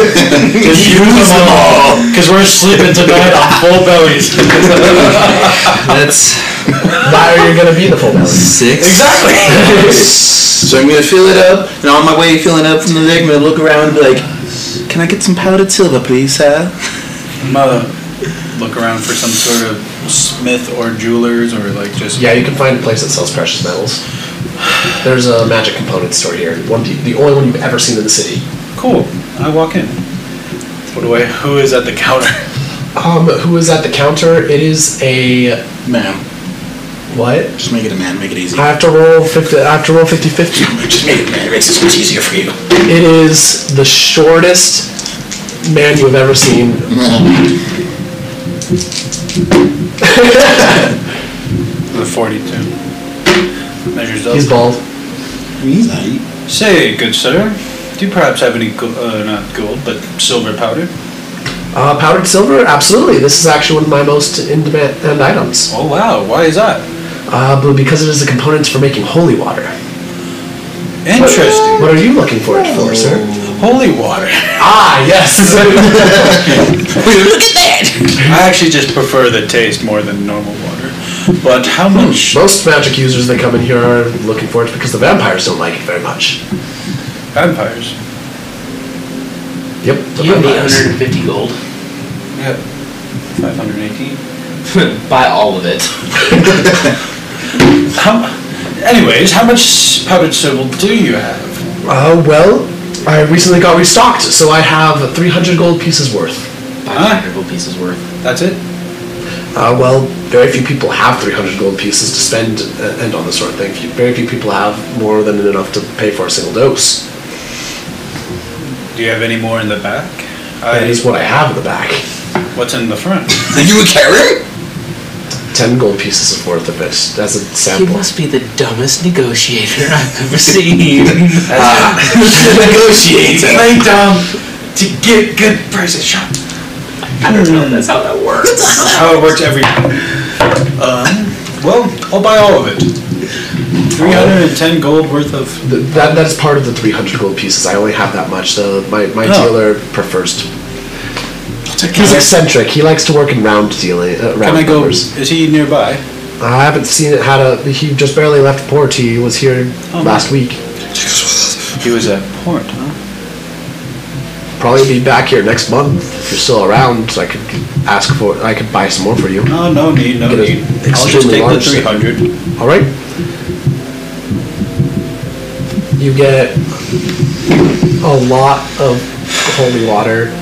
I: Just use them all. Because we're sleeping tonight on full bellies.
B: (laughs) That's
C: Why are you gonna be the full balance?
B: six. (laughs)
A: So I'm gonna fill it up, and on my way filling up from the leg, I'm gonna look around and be like, "Can I get some powdered silver, please, sir?"
D: I'm uh, look around for some sort of smith or jewelers or like just.
C: Yeah, you can find a place that sells precious metals. There's a magic component store here. One, the only one you've ever seen in the city.
D: Cool. I walk in. What do I? Who is at the counter? (laughs)
C: Um, who is at the counter? It is a
I: Ma'am,
C: what?
I: just make it a man. Make it easy.
C: I have to roll fifty. I have to roll 50-50.
I: Just make (laughs) it a man. It makes it so much easier for you.
C: It is the shortest man you've ever seen.
I: Mm-hmm.
D: The 42. Measures up.
C: He's bald.
I: He's like,
D: Say, good sir, do you perhaps have any go- uh, not gold, but silver powder?
C: Uh, powdered silver? Absolutely. This is actually one of my most in-demand items.
D: Oh wow, why is that?
C: Uh, but because it is the components for making holy water.
D: Interesting.
C: What are you looking for it for, sir?
D: Holy water. (laughs)
C: Ah, (laughs) yes.
D: I actually just prefer the taste more than normal water. But how much?
C: most magic users that come in here are looking for it because the vampires don't like it very much.
D: Vampires.
C: Yep. The
B: You have eight
C: vampires.
B: hundred and fifty gold.
D: Yeah. 518.
B: Buy all of it.
D: (laughs) How, anyways, how much powdered silver do you have?
C: Uh, well, I recently got restocked, so I have 300 gold pieces worth.
B: Buy hundred gold pieces worth.
D: That's it?
C: Uh, well, very few people have 300 gold pieces to spend uh, and on this sort of thing. Few- Very few people have more than enough to pay for a single dose.
D: Do you have any more in the back?
C: That is
D: I,
C: what I have in the back.
D: what's in the front?
I: you would carry?
C: 10 gold pieces of worth of it as a
B: He
C: sample.
B: must be the dumbest negotiator I've (laughs) ever seen.
C: (laughs)
I: Negotiate.
N: Lay down to get good prices. Shut up.
B: I don't know. That's how that works.
D: how it works every. Um, well, I'll buy all of it. 310 gold worth of.
C: Th- That, that is part of the 300 gold pieces. I only have that much. So my, my
D: Oh.
C: dealer prefers to. He's eccentric. He likes to work in round dealing. Uh, round
D: Can I go?
C: numbers.
D: Is he nearby?
C: I haven't seen it. Had a he just barely left port. He was here
D: Oh,
C: last week.
D: He was at port, huh?
C: Probably be back here next month if you're still around. So I could ask for. I could buy some more for you.
D: No, no need, no
C: Get a
D: need. I'll just
C: extremely
D: take the
C: large set.
D: 300.
C: All right. You get a lot of holy water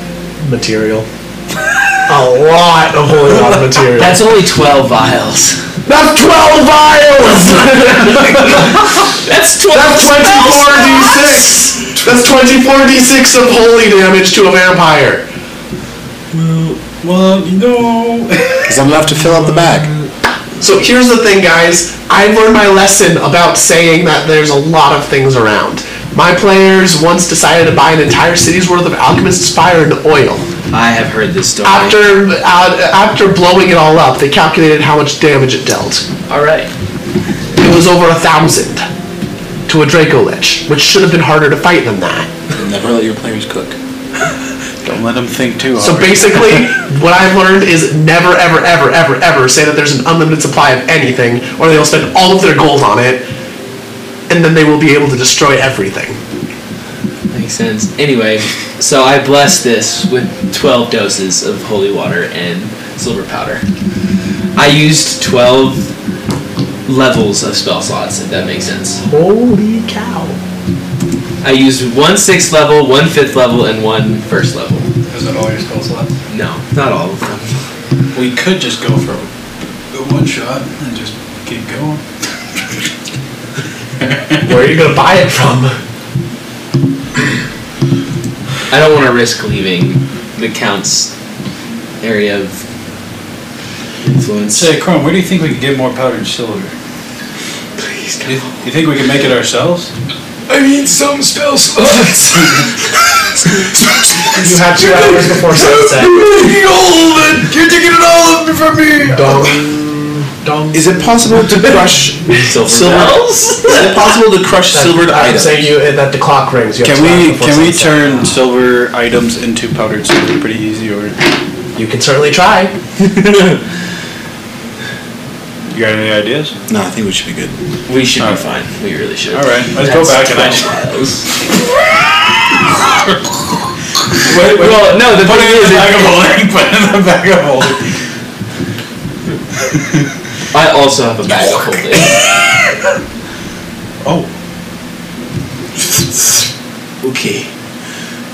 C: material. (laughs) A lot of holy water material.
B: That's only twelve vials.
C: That's 12 vials!
B: That's twelve.
C: That's 24d6! (laughs) That's 24d6 of holy damage to a vampire.
D: Well, you know.
I: Because I'm left to fill out the bag.
C: So here's the thing, guys. I've learned my lesson about saying that there's a lot of things around. My players once decided to buy an entire city's worth of alchemist's fire and oil.
B: I have heard this story.
C: After uh, after blowing it all up, they calculated how much damage it dealt.
B: all right.
C: It was over a thousand to a Draco Lich, which should have been harder to fight than that.
I: Never let your players cook.
D: Don't let him think too hard.
C: So (laughs) basically, what I've learned is never, ever, ever, ever, ever say that there's an unlimited supply of anything, or they'll spend all of their gold on it, and then they will be able to destroy everything.
B: Makes sense. Anyway, so I blessed this with 12 doses of holy water and silver powder. I used 12 levels of spell slots, if that makes sense.
C: Holy cow.
B: I used one sixth level, one fifth level, and one first level.
D: Is that all your spell slots?
B: No, not all of them.
D: We could just go for a one shot and just keep going.
C: Where are you gonna buy it from?
B: I don't want to risk leaving the count's area of influence.
D: Say, Chrome, where do you think we could get more powdered silver?
C: Please
D: You, you think we can make it ourselves?
I: I need some
A: (laughs)
I: spell slots. (laughs)
C: You have two hours before sunset.
I: taking all of it. You're taking it all from me.
C: Dong. Dong.
A: Is it possible to crush
B: silver
A: silver?
B: bells?
A: Is it possible to crush silvered
C: I'm
A: items?
C: saying you that the clock rings. You have
D: Can
C: two hours
D: we
C: before
D: can we
C: sunset.
D: turn silver items into powdered silver pretty easy, or you
C: You can certainly try.
D: got any ideas?
A: No, I think we should be good.
B: we should be fine. We really should.
D: All right, let's go back and I. Wait, wait,
B: Well, no, the
D: put
B: thing
D: it in
B: is,
D: the
B: it-
D: bag of holding. Put it in the bag of holding.
B: I also have a bag of holding.
D: Oh,
A: Okay.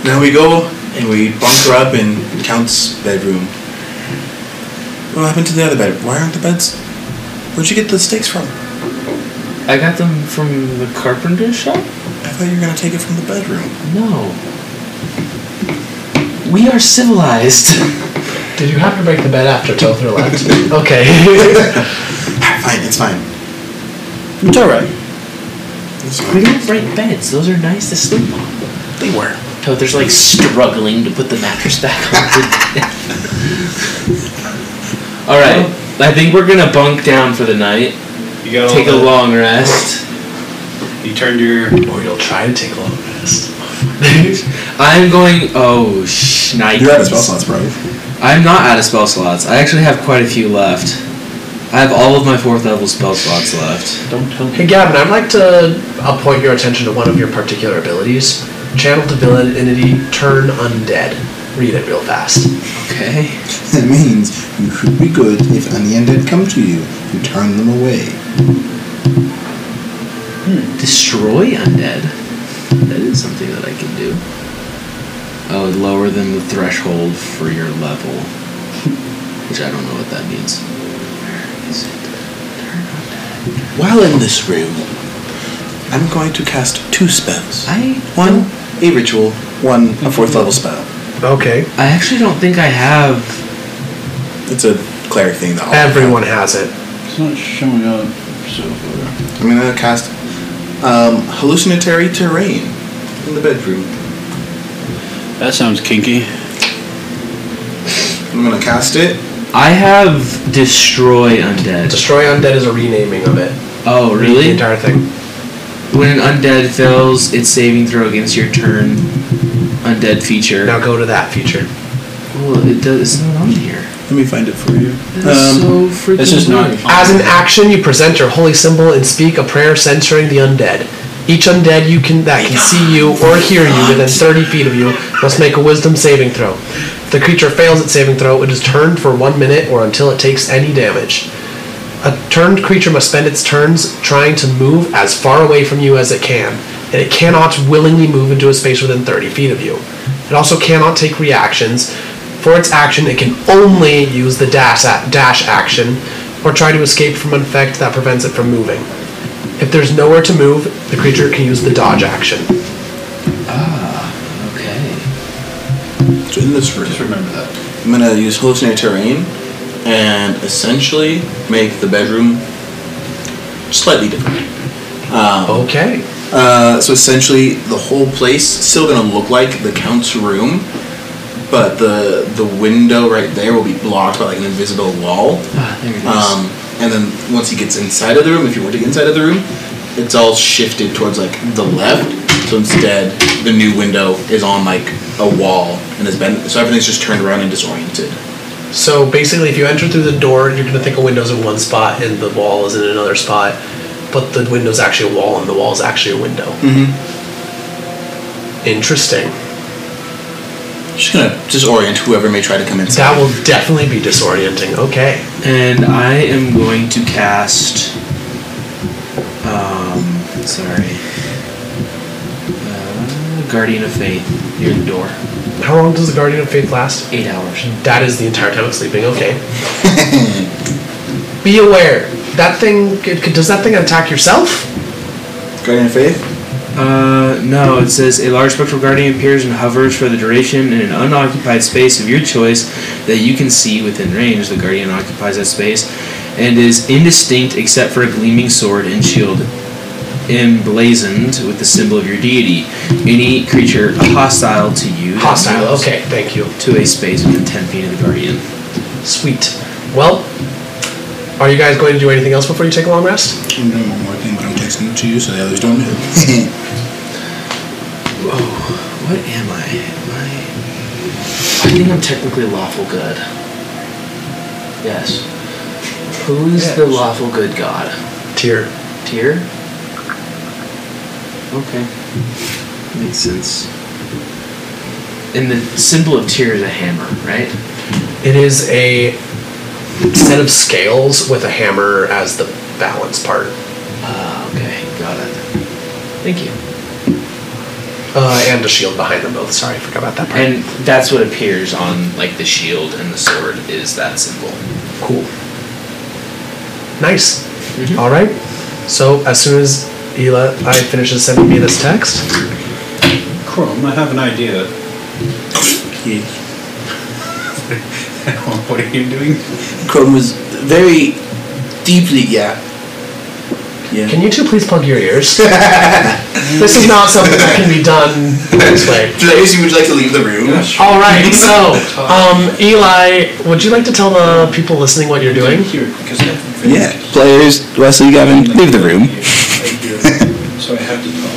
A: Now we go and we bunker up in Count's bedroom. What happened to the other bed? Why aren't the beds? Where'd you get the stakes from?
B: I got them from the carpenter shop?
A: I thought you were gonna take it from the bedroom.
B: No. We are civilized.
C: Did you happen to break the bed after Tother left? (laughs) okay.
A: Ah, Fine, it's fine.
D: it's all right.
A: It's
B: We
A: fine.
B: don't break beds. Those are nice to sleep on.
A: They were.
B: Tother's like struggling to put the mattress back
A: (laughs)
B: on. All right. I think we're gonna bunk down for the night.
D: You got all
A: Oh.
B: Take a
D: the-
A: (laughs)
B: long rest.
D: You turned your
C: or you'll try to take a long rest.
B: I'm going. Oh, shnikes.
I: You're out of spell slots, bro.
B: I'm not out of spell slots. I actually have quite a few left. I have all of my fourth level spell slots left.
C: hey Gavin, I'd like to uh, point your attention to one of your particular abilities. Channel Divinity, Turn Undead. Read it real fast.
B: Okay.
I: (laughs) That means you should be good if any undead come to you. You turn them away.
B: Destroy undead. That is something that I can do. Oh, lower than the threshold for your level. Which I don't know what that means. Where is it? Turn undead.
A: While in this room, I'm going to cast two spells.
B: I
A: One, a ritual. One, a fourth level spell.
C: Okay.
B: I actually don't think I have.
A: It's a cleric thing that all
C: Everyone has it.
D: It's not showing up so far.
A: I'm gonna cast um, hallucinatory terrain in the bedroom.
D: That sounds kinky.
A: I'm gonna cast it.
B: I have destroy undead.
C: Destroy Undead is a renaming of it.
B: Oh,
C: Read The
B: really?
C: entire thing.
B: When an undead fails its saving throw against your turn, undead feature.
C: Now go to that feature.
B: Well, it does. It's not on here.
A: Let me find it for you.
B: That's
A: Um,
B: so freaking.
D: This is not.
B: weird.
C: As an action, you present your holy symbol and speak a prayer censuring the undead. Each undead you can that can see you or hear you within 30 feet of you must make a wisdom saving throw. If the creature fails its saving throw, it is turned for one minute or until it takes any damage. A turned creature must spend its turns trying to move as far away from you as it can, and it cannot willingly move into a space within 30 feet of you. It also cannot take reactions. For its action, it can only use the dash, a- dash action or try to escape from an effect that prevents it from moving. If there's nowhere to move, the creature can use the dodge action.
B: Okay.
A: So in this room,
D: Just remember that.
A: I'm gonna use hallucinatory terrain and essentially make the bedroom slightly different.
C: Okay.
A: Uh, so essentially, the whole place still gonna look like the count's room, but the the window right there will be blocked by like an invisible wall.
B: Ah, there it is.
A: Um, and then once he gets inside of the room, if you want to get inside of the room, it's all shifted towards like the left. So instead, the new window is on like a wall and has been so everything's just turned around and disoriented.
C: So basically, if you enter through the door, you're going to think a window's in one spot and the wall is in another spot, but the window's actually a wall and the wall's actually a window. Interesting.
J: She's gonna disorient whoever may try to come inside.
C: That will definitely be disorienting. Okay.
B: And I am going to cast. Um, sorry. Uh, Guardian of Faith near the door.
C: How long does the Guardian of Faith last?
B: Eight hours.
C: That is the entire time I'm sleeping. Okay. be aware. That thing. It, could- does that thing attack yourself?
J: Guardian of Faith?
B: Uh, no, it says a large spectral guardian appears and hovers for the duration in an unoccupied space of your choice that you can see within range. The guardian occupies that space and is indistinct except for a gleaming sword and shield emblazoned with the symbol of your deity. Any creature hostile to you. that
C: Hostile.
B: moves
C: Okay. Thank you.
B: To a space within 10 feet of the guardian.
C: Sweet. Well, are you guys going to do anything else before you take a long rest?
J: I'm doing one more thing, but I'm texting it to you so the others don't know.
B: Whoa, what am I? Am I? I think I'm technically lawful good. Yes. Who's the lawful good god?
C: Tear.
B: Tyr? Okay. Makes sense. And the symbol of Tyr is a hammer, right?
C: It is a set of scales with a hammer as the balance part.
B: Ah, okay, got it. Thank you.
C: Uh, and a shield behind them both. Sorry, I forgot about that part.
B: And that's what appears on like the shield and the sword is that symbol.
C: Cool. Nice. All right. So as soon as Ela I finishes sending me this text,
D: Chrome, I have an idea. (laughs) what are you doing?
A: Chrome was very deeply, yeah. Yeah.
C: can you two please plug your (laughs) ears? this is not something that can be done this way.
J: Tracy, would you like to leave the room?
C: All (laughs) right. So, um, Eli, would you like to tell the people listening what you're doing?
D: Here, because I haven't
A: Yeah.
D: finished.
A: Players, Wesley, Gavin, leave the room.
D: So I have to talk.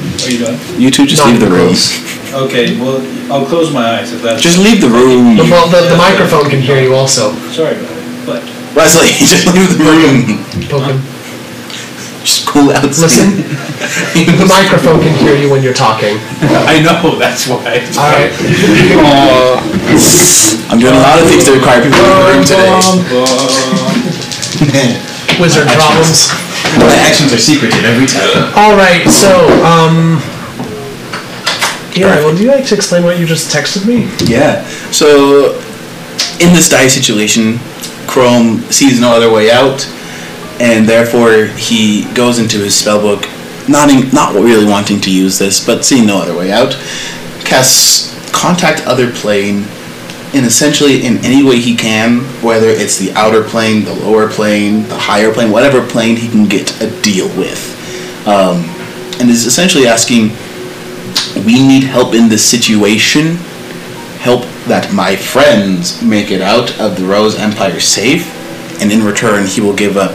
D: Are you done?
A: You two just
C: Not
A: leave the room.
C: close.
D: Okay, well, I'll close my eyes if that's.
A: Just leave the room.
C: The, (laughs) well, the, the microphone can hear you also.
D: Sorry about it, but.
A: Wesley, (laughs) just leave the room.
C: Poke-
A: Just cool out.
C: Listen,
A: (laughs)
C: the microphone can hear you when you're talking.
D: I know, that's why.
C: All right.
A: Uh, I'm doing a lot of things to require people in the room today.
C: Wizard problems.
A: My actions are secreted every time.
C: All right. So, um, yeah. Would you like to explain what you just texted me?
A: Yeah. So, in this die situation, Chrome sees no other way out, and therefore he goes into his spellbook, not in, not really wanting to use this, but seeing no other way out, casts contact other plane, and essentially in any way he can, whether it's the outer plane, the lower plane, the higher plane, whatever plane he can get a deal with, um, and is essentially asking, "We need help in this situation." help that my friends make it out of the Rose Empire safe, and in return, he will give up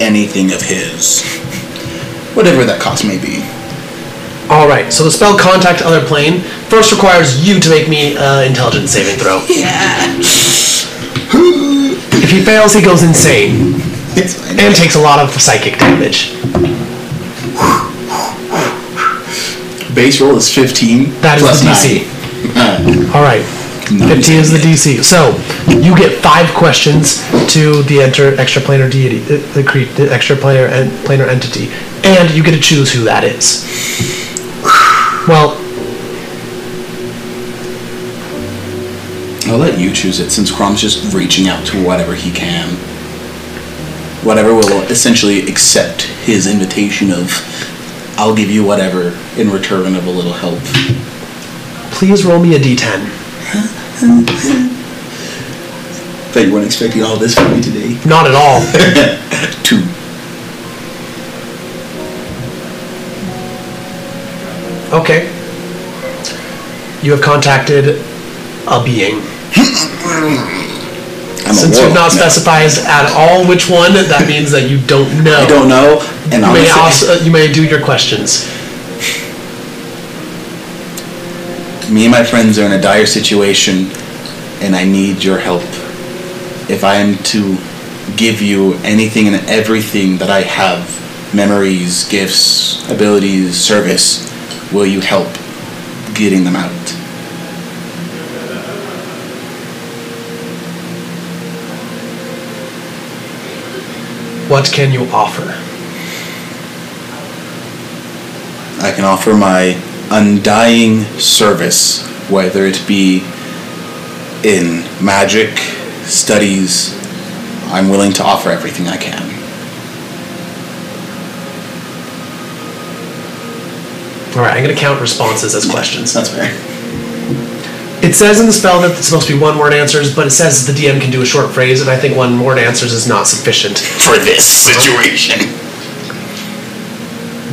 A: anything of his. (laughs) Whatever that cost may be.
C: All right. So the spell contact other plane first requires you to make me uh, intelligence saving throw. Yeah. If he fails, he goes insane
A: It's fine.
C: and takes a lot of psychic damage.
A: Base roll is 15.
C: That is
A: plus Uh,
C: the
A: nine.
C: DC. All right.
A: Nine.
C: 15 is the DC. So you get five questions to the enter extraplanar deity, the, the, cre- the extraplanar and planar entity, and you get to choose who that is. Well,
A: I'll let you choose it since Crom's just reaching out to whatever he can. Whatever will essentially accept his invitation of, I'll give you whatever in return of a little help.
C: please roll me a d10.
A: Thought you weren't expecting all this from me today.
C: Not at
A: (laughs)
C: all.
A: Two.
C: Okay. You have contacted a being.
A: I'm a
C: Since you've
A: warlock
C: not
A: now.
C: specified at all which one, that means that you don't know.
A: I don't know, and
C: You
A: I'm
C: Oh. may,
A: gonna say-
C: also, you may do your questions.
A: me and my friends are in a dire situation, and I need your help. If I am to give you anything and everything that I have, memories, gifts, abilities, service, will you help getting them out?
C: What can you offer?
A: I can offer my undying service, whether it be in magic, studies. I'm willing to offer everything I can.
C: All right, I'm going to count responses as
A: (laughs)
C: questions.
A: That's fair.
C: It says in the spell that it's supposed to be one word answers, but it says the DM can do a short phrase, and I think one word answers is not sufficient.
A: For this situation.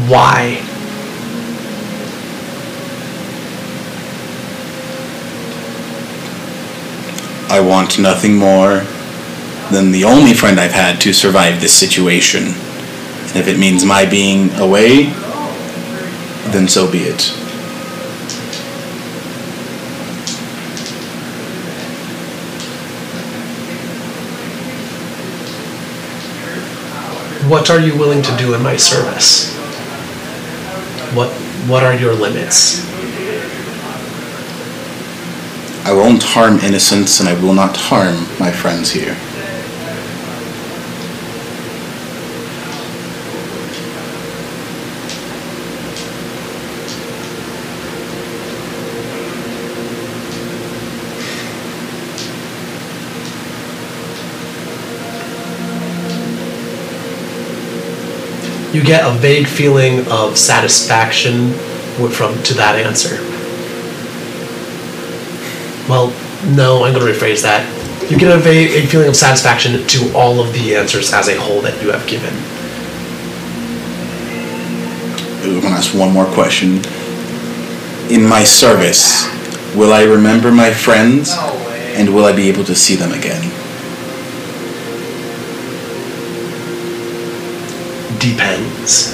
C: Why?
A: I want nothing more than the only friend I've had to survive this situation. And if it means my being away, then so be it.
C: What are you willing to do in my service? What What are your limits?
A: I won't harm innocents and I will not harm my friends here.
C: You get a vague feeling of satisfaction wi- from to that answer. Well, no, I'm going to rephrase that. You get a vague a feeling of satisfaction to all of the answers as a whole that you have given.
A: I'm gonna ask one more question. In my service, will I remember my friends and will I be able to see them again?
C: depends.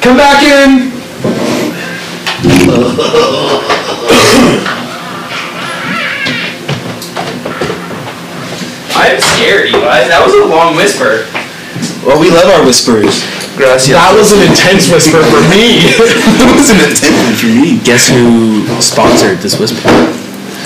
C: Come back in.
B: I'm scared, Eli. That was a long whisper.
A: Well, we love our whispers.
B: Gracias.
C: That was an intense whisper for me. (laughs)
A: that was an intention for me.
E: Guess who sponsored this whisper?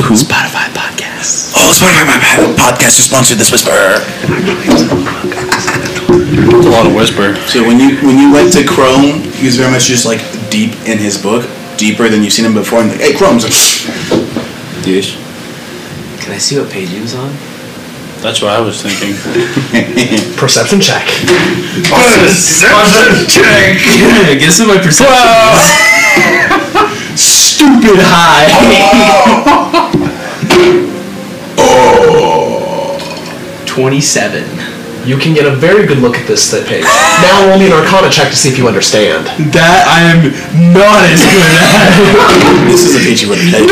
A: Who?
E: Spotify podcast.
A: Oh, Spotify my bad. podcast just sponsored this whisper.
D: It's a lot of whisper.
A: So when you when you went to Chrome, he was very much just like deep in his book, deeper than you've seen him before. And like, hey, Chrome's like, douche.
E: Can I see what page he was on?
D: That's what I was thinking.
C: Perception check.
E: I guess what my perception is. Stupid high. Twenty-seven.
C: You can get a very good look at this thi- page. Now roll me an Arcana check to see if you understand.
E: That I am not as good at.
A: This is a page you would have played.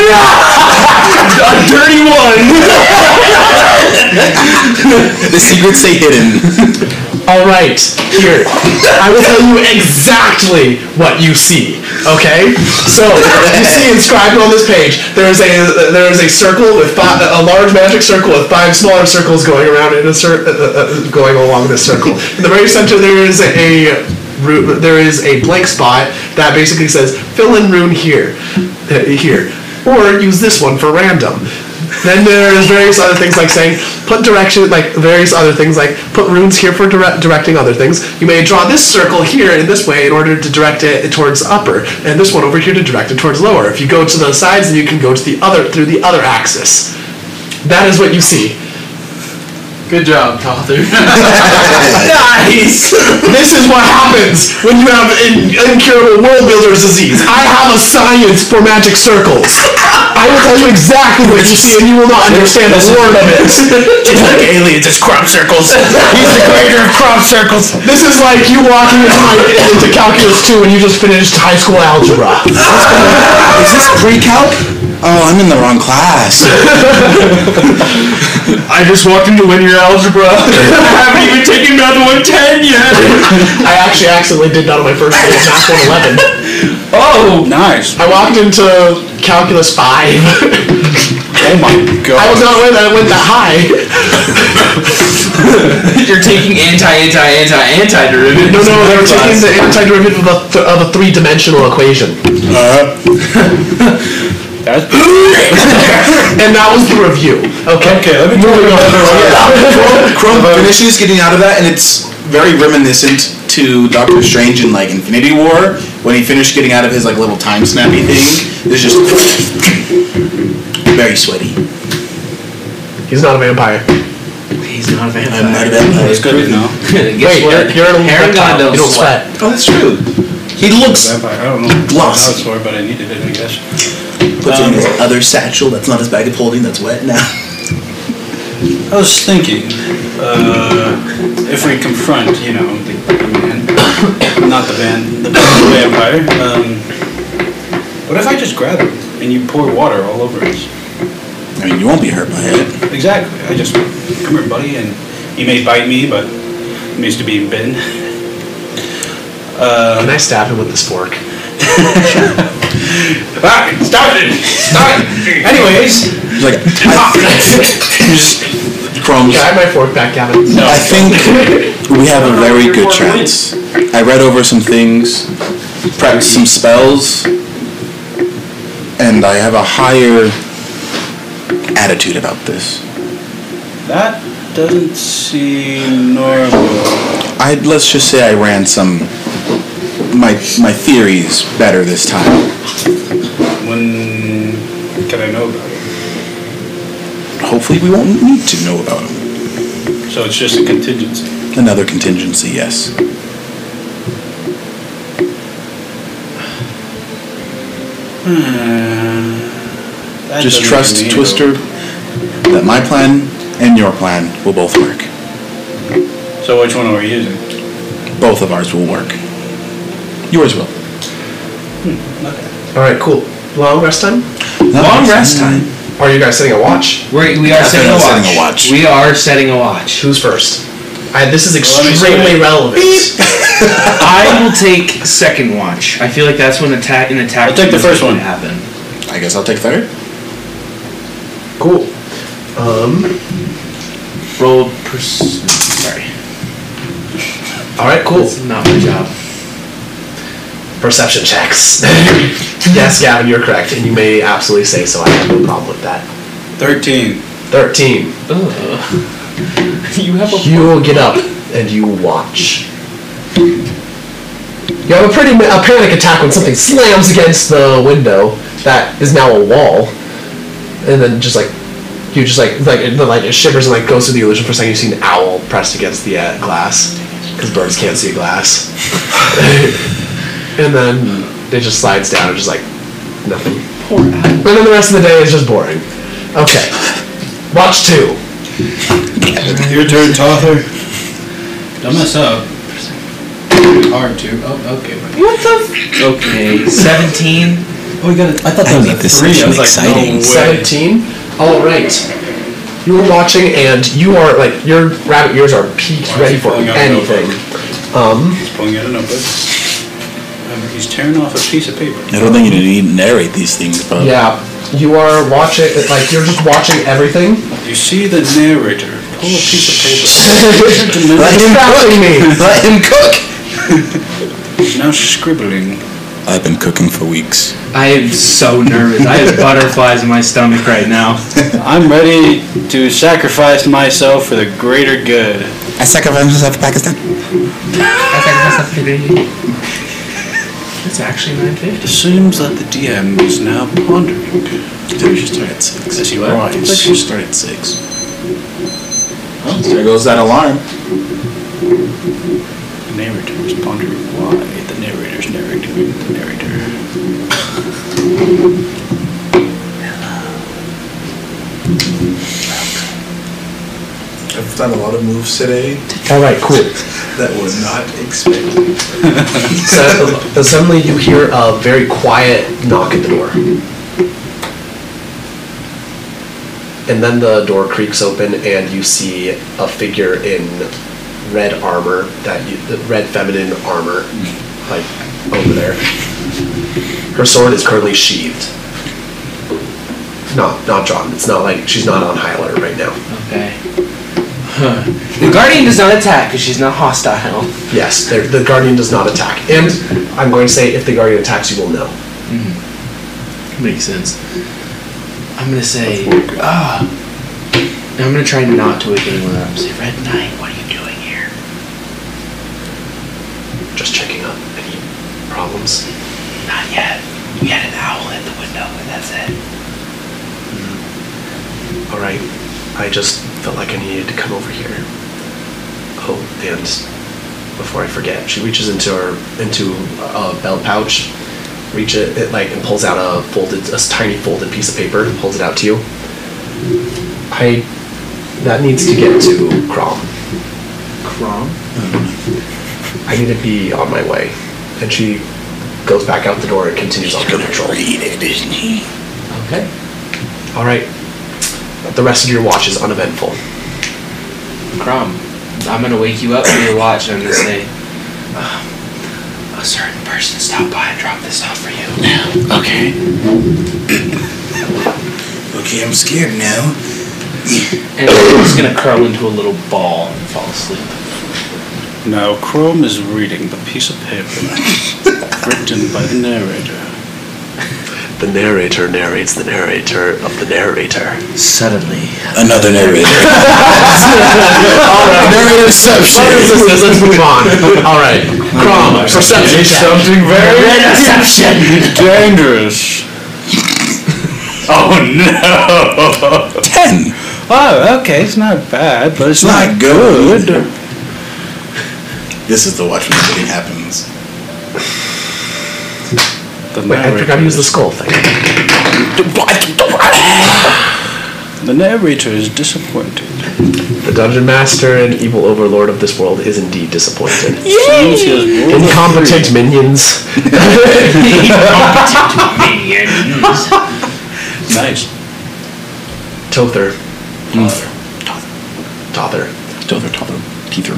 E: A dirty one.
A: (laughs) The secrets stay hidden.
C: All right, here. I will tell you exactly what you see. Okay, so you see inscribed on this page there is a there is a circle with five, a large magic circle with five smaller circles going around in a cir- uh, uh, uh, going along this circle. In the very center there is a ru- there is a blank spot that basically says fill in rune here, uh, here, or use this one for random. Then there's various other things like saying, put direction, like various other things like put runes here for dire- directing other things. You may draw this circle here in this way in order to direct it towards upper, and this one over here to direct it towards lower. If you go to those sides, then you can go to the other through the other axis. That is what you see.
E: Good job, Tother.
C: Nice. this is what happens when you have an incurable world builder's disease. I have a science for magic circles. I will tell you exactly what you see, and you will not understand a word of it.
A: Just like aliens, it's crop circles.
C: He's the creator of crop circles. This is like you walking into, into calculus two and you just finished high school algebra.
A: Is this pre-calc? Oh, I'm in the wrong class.
E: I just walked into linear algebra. I haven't even taken math 110 yet.
C: I actually accidentally did that on my first day of math one eleven.
E: Oh,
D: Nice.
C: I walked into calculus five.
D: Oh my god.
C: I was not aware that it went that high.
E: you're taking anti, anti, anti, anti derivatives.
C: No, no, they were taking the antiderivative of a, th- of a three-dimensional equation.
A: Uh,
D: That's
C: and that was the review. Okay.
D: okay. Let me
C: Moving on.
A: (laughs) Chrome finishes getting out of that, and it's very reminiscent to Doctor Strange in like Infinity War when he finished getting out of his like little time snappy thing. It's just very sweaty.
C: He's not a vampire.
B: He's not a vampire.
A: I'm not a vampire.
D: It's good to know.
C: Wait, you're, you're an
B: Paragon
C: reptile.
B: don't
C: You don't
B: sweat.
C: sweat.
A: Oh, that's true. He looks
D: Vampire. I don't know
A: Gloss.
D: how it's for, but I needed it, I guess.
A: puts it in his other satchel. That's not his bag of holding. That's wet now.
D: I was thinking, uh, if we confront, you know, the man, not the van, the vampire, um, what if I just grab him and you pour water all over us?
A: I mean, you won't be hurt by it.
D: Exactly. I just, come here, buddy, and he may bite me, but I'm used to being bitten. (laughs) Uh,
C: Can I stab him with this fork?
D: ah, stop it! Stop it! Anyways,
A: He's like,
E: (laughs)
A: I, just, Chrome's
C: Can I have my fork back, Gavin?
A: I think we have a very good chance. I read over some things, prepped some spells, and I have a higher attitude about this.
D: that doesn't seem normal.
A: I let's just say I ran some my my theories better this time.
D: When can I know about it?
A: Hopefully, we won't need to know about them.
D: So it's just a contingency.
A: Another contingency, yes.
D: Hmm. That
A: just
D: doesn't
A: trust
D: mean-
A: Twister that my plan and your plan will both work.
D: So which one are we using?
A: Both of ours will work. Yours will.
C: All right, cool. Long rest time?
A: Long rest time.
C: Or are you guys setting a watch?
B: We're, we are setting, a
A: not
B: watch.
A: setting a watch.
B: We are setting a watch.
C: Who's first? I, this is
D: let me see.
C: extremely relevant. (laughs)
B: I will take second watch. I feel like that's when attack an attack.
D: I'll take the
B: is
D: first
B: gonna
D: one.
B: Happen.
A: I guess I'll take third.
C: Cool. Um,
B: Roll. Pers- sorry,
C: all right,
D: Oh.
C: cool.
B: that's not my job.
C: Perception checks. (laughs) yes, Gavin, you're correct, and you may absolutely say so. I have no problem with that.
D: Thirteen.
C: 13.
B: (laughs) You have
C: You will get up and you watch. You have a pretty a panic attack when something slams against the window that is now a wall, and then just like you just like like it, like it shivers and like goes through the illusion for a second. You see an owl pressed against the uh, glass because birds can't see glass, (laughs) and then it just slides down and just like nothing. And then the rest of the day is just boring. Okay, watch two.
D: Your turn, Tother. Don't mess up. Hard to. Oh, okay.
B: okay. (laughs) Seventeen.
D: Oh, we got it. I thought
E: I made this session exciting.
C: 17 all right you were watching and you are like your rabbit ears are peaked
D: Why is
C: ready
D: he
C: for
D: pulling out a
C: anything
D: He's pulling out a notebook. Um, He's tearing off a piece of paper.
A: I don't think you need to narrate these things, but
C: yeah you are watching like you're just watching everything
D: You see the narrator pull a piece of paper.
A: Let
D: Deliver-
A: him
C: Distracting me.
A: cook. Let him cook.
D: He's now scribbling.
A: I've been cooking for weeks.
B: I am so nervous. I have butterflies in my stomach right (laughs) now.
D: I'm ready to sacrifice myself for the greater good.
A: I sacrificed myself to Pakistan.
B: It's actually nine fifty.
D: It seems that the DM is now pondering.
A: Dude, you start at six.
D: Yes, you are.
A: Right.
D: Yes,
A: You start at six. Oh, there goes that alarm.
D: The narrator is pondering why the narrator's narrating the narrator.
J: I've done a lot of moves today
C: all right cool
J: that were not expected.
C: so, suddenly you hear a very quiet knock at the door and then the door creaks open and you see a figure in red armor that you, the red feminine armor like over there her sword is currently sheathed not not drawn it's not like she's not on high alert right now
B: Okay. Huh. The guardian does not attack because she's not hostile.
C: Yes, there- the guardian does not attack. And I'm going to say if the guardian attacks, you will know.
E: Makes sense.
B: I'm gonna say, ah. And I'm gonna try not to wake anyone up. Say, Red Knight, what are you doing here?
C: Just checking up. Any problems?
B: Not yet. You had an owl at the window, and that's it.
C: All right. I just felt like I needed to come over here. Oh, and before I forget, she reaches into her into a belt pouch, reach it, it like and pulls out a folded, a tiny folded piece of paper and holds it out to you. I. That needs to get to Crom.
B: Crom?
C: I need to be on my way. And she goes back out the door and continues on her patrol.
B: Okay.
C: All right. The rest of your watch is uneventful.
B: Crom, I'm gonna wake you up for your watch, and I'm gonna say, "Uh, a certain person stopped by and dropped this off for you.
I: Okay.
A: Okay, I'm scared now.
B: And I'm just gonna curl into a little ball and fall asleep.
D: Now, Chrome is reading the piece of paper (laughs) written by the narrator.
C: The narrator narrates the narrator of the narrator.
E: Suddenly,
A: Another narrator. (laughs) narrator deception.
C: Let's move on. All right. Crom, perception check.
D: Something very dangerous. oh no!
A: Ten.
D: Oh, okay, it's not bad, but it's,
A: It's not good. This is the watch when everything happens.
D: The
C: Wait, I forgot to use the skull thing.
D: The narrator is disappointed.
C: The dungeon master and evil overlord of this world is indeed disappointed.
D: Seems he has rolled a
C: Incompetent minions.
D: three. Nice.
C: Tother. Tother.
I: Tother, tother, teether.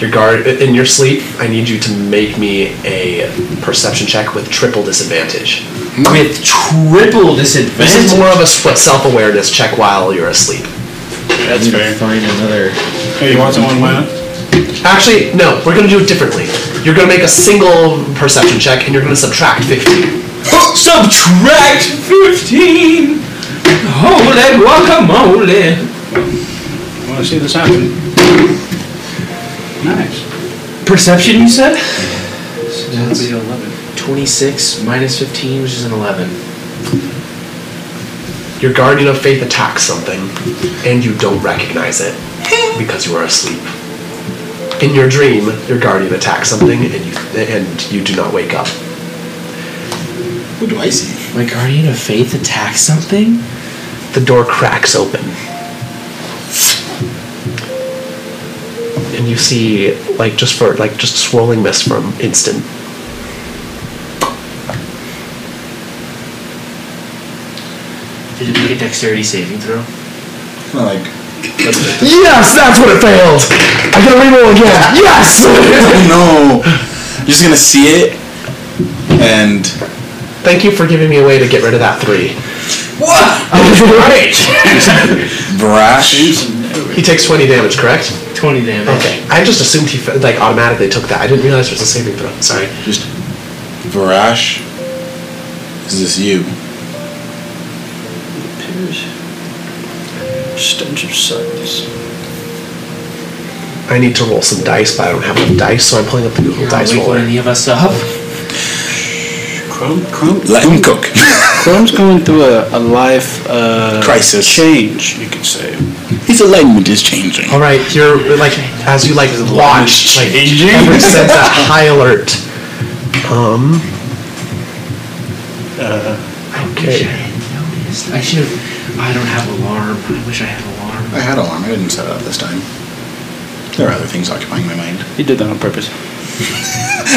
C: Your guard in your sleep. I need you to make me a perception check with triple disadvantage.
B: With triple
C: This is
B: disadvantage.
C: more of a self-awareness check while you're asleep.
D: That's
E: I'm gonna
D: fair.
E: find another.
D: Hey, you want someone went?
C: Actually, no, we're gonna do it differently. You're gonna make a single perception check and you're gonna subtract 50.
B: Subtract fifteen. Holy guacamole!
D: I want to see this happen. Nice.
B: Perception, you said? So that's Twenty-six minus fifteen, which is an eleven.
C: Your guardian of faith attacks something and you don't recognize it because you are asleep. In your dream, your guardian attacks something and you and you do not wake up.
A: Who do I see?
B: My guardian of faith attacks something.
C: The door cracks open. And you see like just for like just swirling mist for an instant.
B: Did it make a dexterity saving throw?
A: Kinda (laughs) like
C: Yes, that's what it failed! I gotta re-roll again! Yes!
A: no. You're just gonna see it and
C: Thank you for giving me a way to get rid of that three.
A: What
C: (laughs) Right.
A: Brash (laughs)
C: He takes twenty damage, correct?
B: Twenty damage.
C: Okay. I just assumed he like automatically took that. I didn't realize it was a saving throw. Sorry.
A: just Brash Is this you?
D: Stench of silence.
C: I need to roll some dice, but I don't have enough dice, so I'm pulling up the Google
B: You're not
C: Dice
B: waking
C: Roller.
B: any of us up.
D: Chrome, Chrome,
A: Let him
D: (laughs)
A: cook.
D: Chrome's going through a, a life uh,
A: Crisis.
D: change, you could say.
A: His alignment is changing.
C: All right, you're like as you like watch, like
A: Changing.
C: every sense a high alert. Um. Okay.
B: I should have. I don't have alarm. I wish I had alarm.
A: I had alarm, I didn't set it up this time. There are other things occupying my mind.
D: He did that on purpose.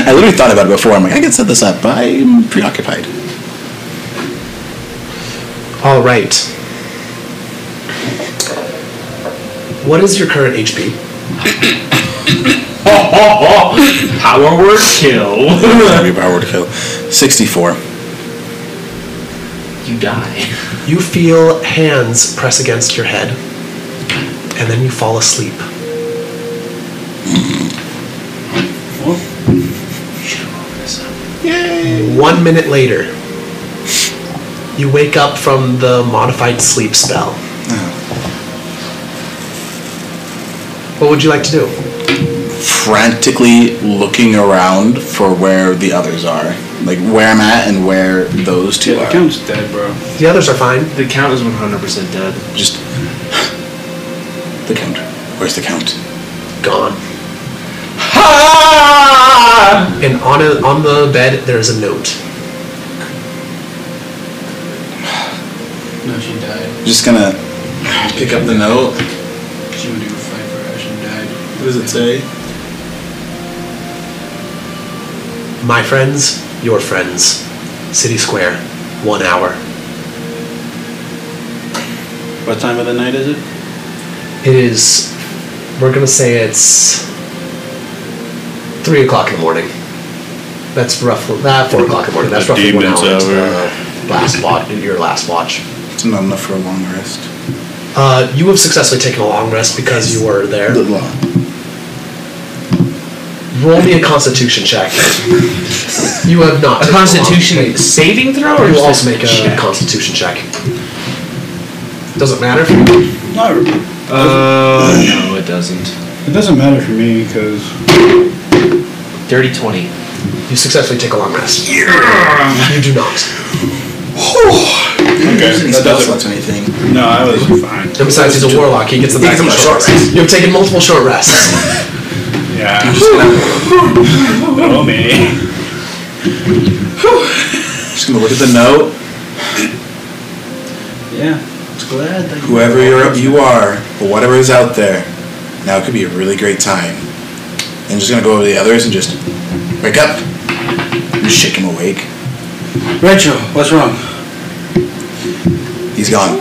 A: I literally thought about it before. I'm like, I can set this up, but I'm preoccupied.
C: All right. What is your current HP?
B: (laughs) Power word kill.
A: That'd be a power word kill. 64.
B: You die.
C: You feel hands press against your head, and then you fall asleep. One minute later, You wake up from the modified sleep spell. What would you like to do?
A: frantically looking around for where the others are, like where I'm at and where those two
D: The
A: are.
D: count's dead, bro.
C: The others are fine.
B: (laughs) The count is 100% dead.
A: Just the count. Where's the count?
C: Gone. And on a, on the bed there is a note.
D: No, she died.
A: Just gonna pick up the note.
D: She would do a fight for her. She died.
A: What does it say?
C: My friends, your friends. City Square, one hour.
D: What time of the night is it?
C: It is. We're gonna say it's three o'clock in the morning. That's roughly that four o'clock in the morning. That's
D: The
C: roughly one
D: demon's
C: hour into
D: hour.
C: the last watch. Your last watch.
A: It's not enough for a long rest.
C: Uh, you have successfully taken a long rest because you were there.
A: Good (laughs) law.
C: Roll me a Constitution check. you have not.
B: A
C: taken
B: constitution
C: long-
B: saving throw?
C: You
B: Or
C: will
B: just
C: also make a Constitution check. Doesn't matter if you.
D: No,
E: Uh, no, it doesn't.
O: It doesn't matter for me because
E: Dirty 20.
C: You successfully take a long rest. You do not.
A: Okay, that
D: doesn't-
A: doesn't do anything.
D: no, I was fine.
C: And besides, he's a warlock. He gets the back of
A: gets a
C: short
A: short
C: rest. You've taken multiple short rests.
D: Yeah. Blow me.
A: Just gonna look at the note.
D: Yeah. It's glad that
A: Whoever you're, you are, or whatever is out there, now could be a really great time. And just gonna go over to the others and just wake up. Just shake him awake.
D: Rachel, what's wrong?
A: He's gone.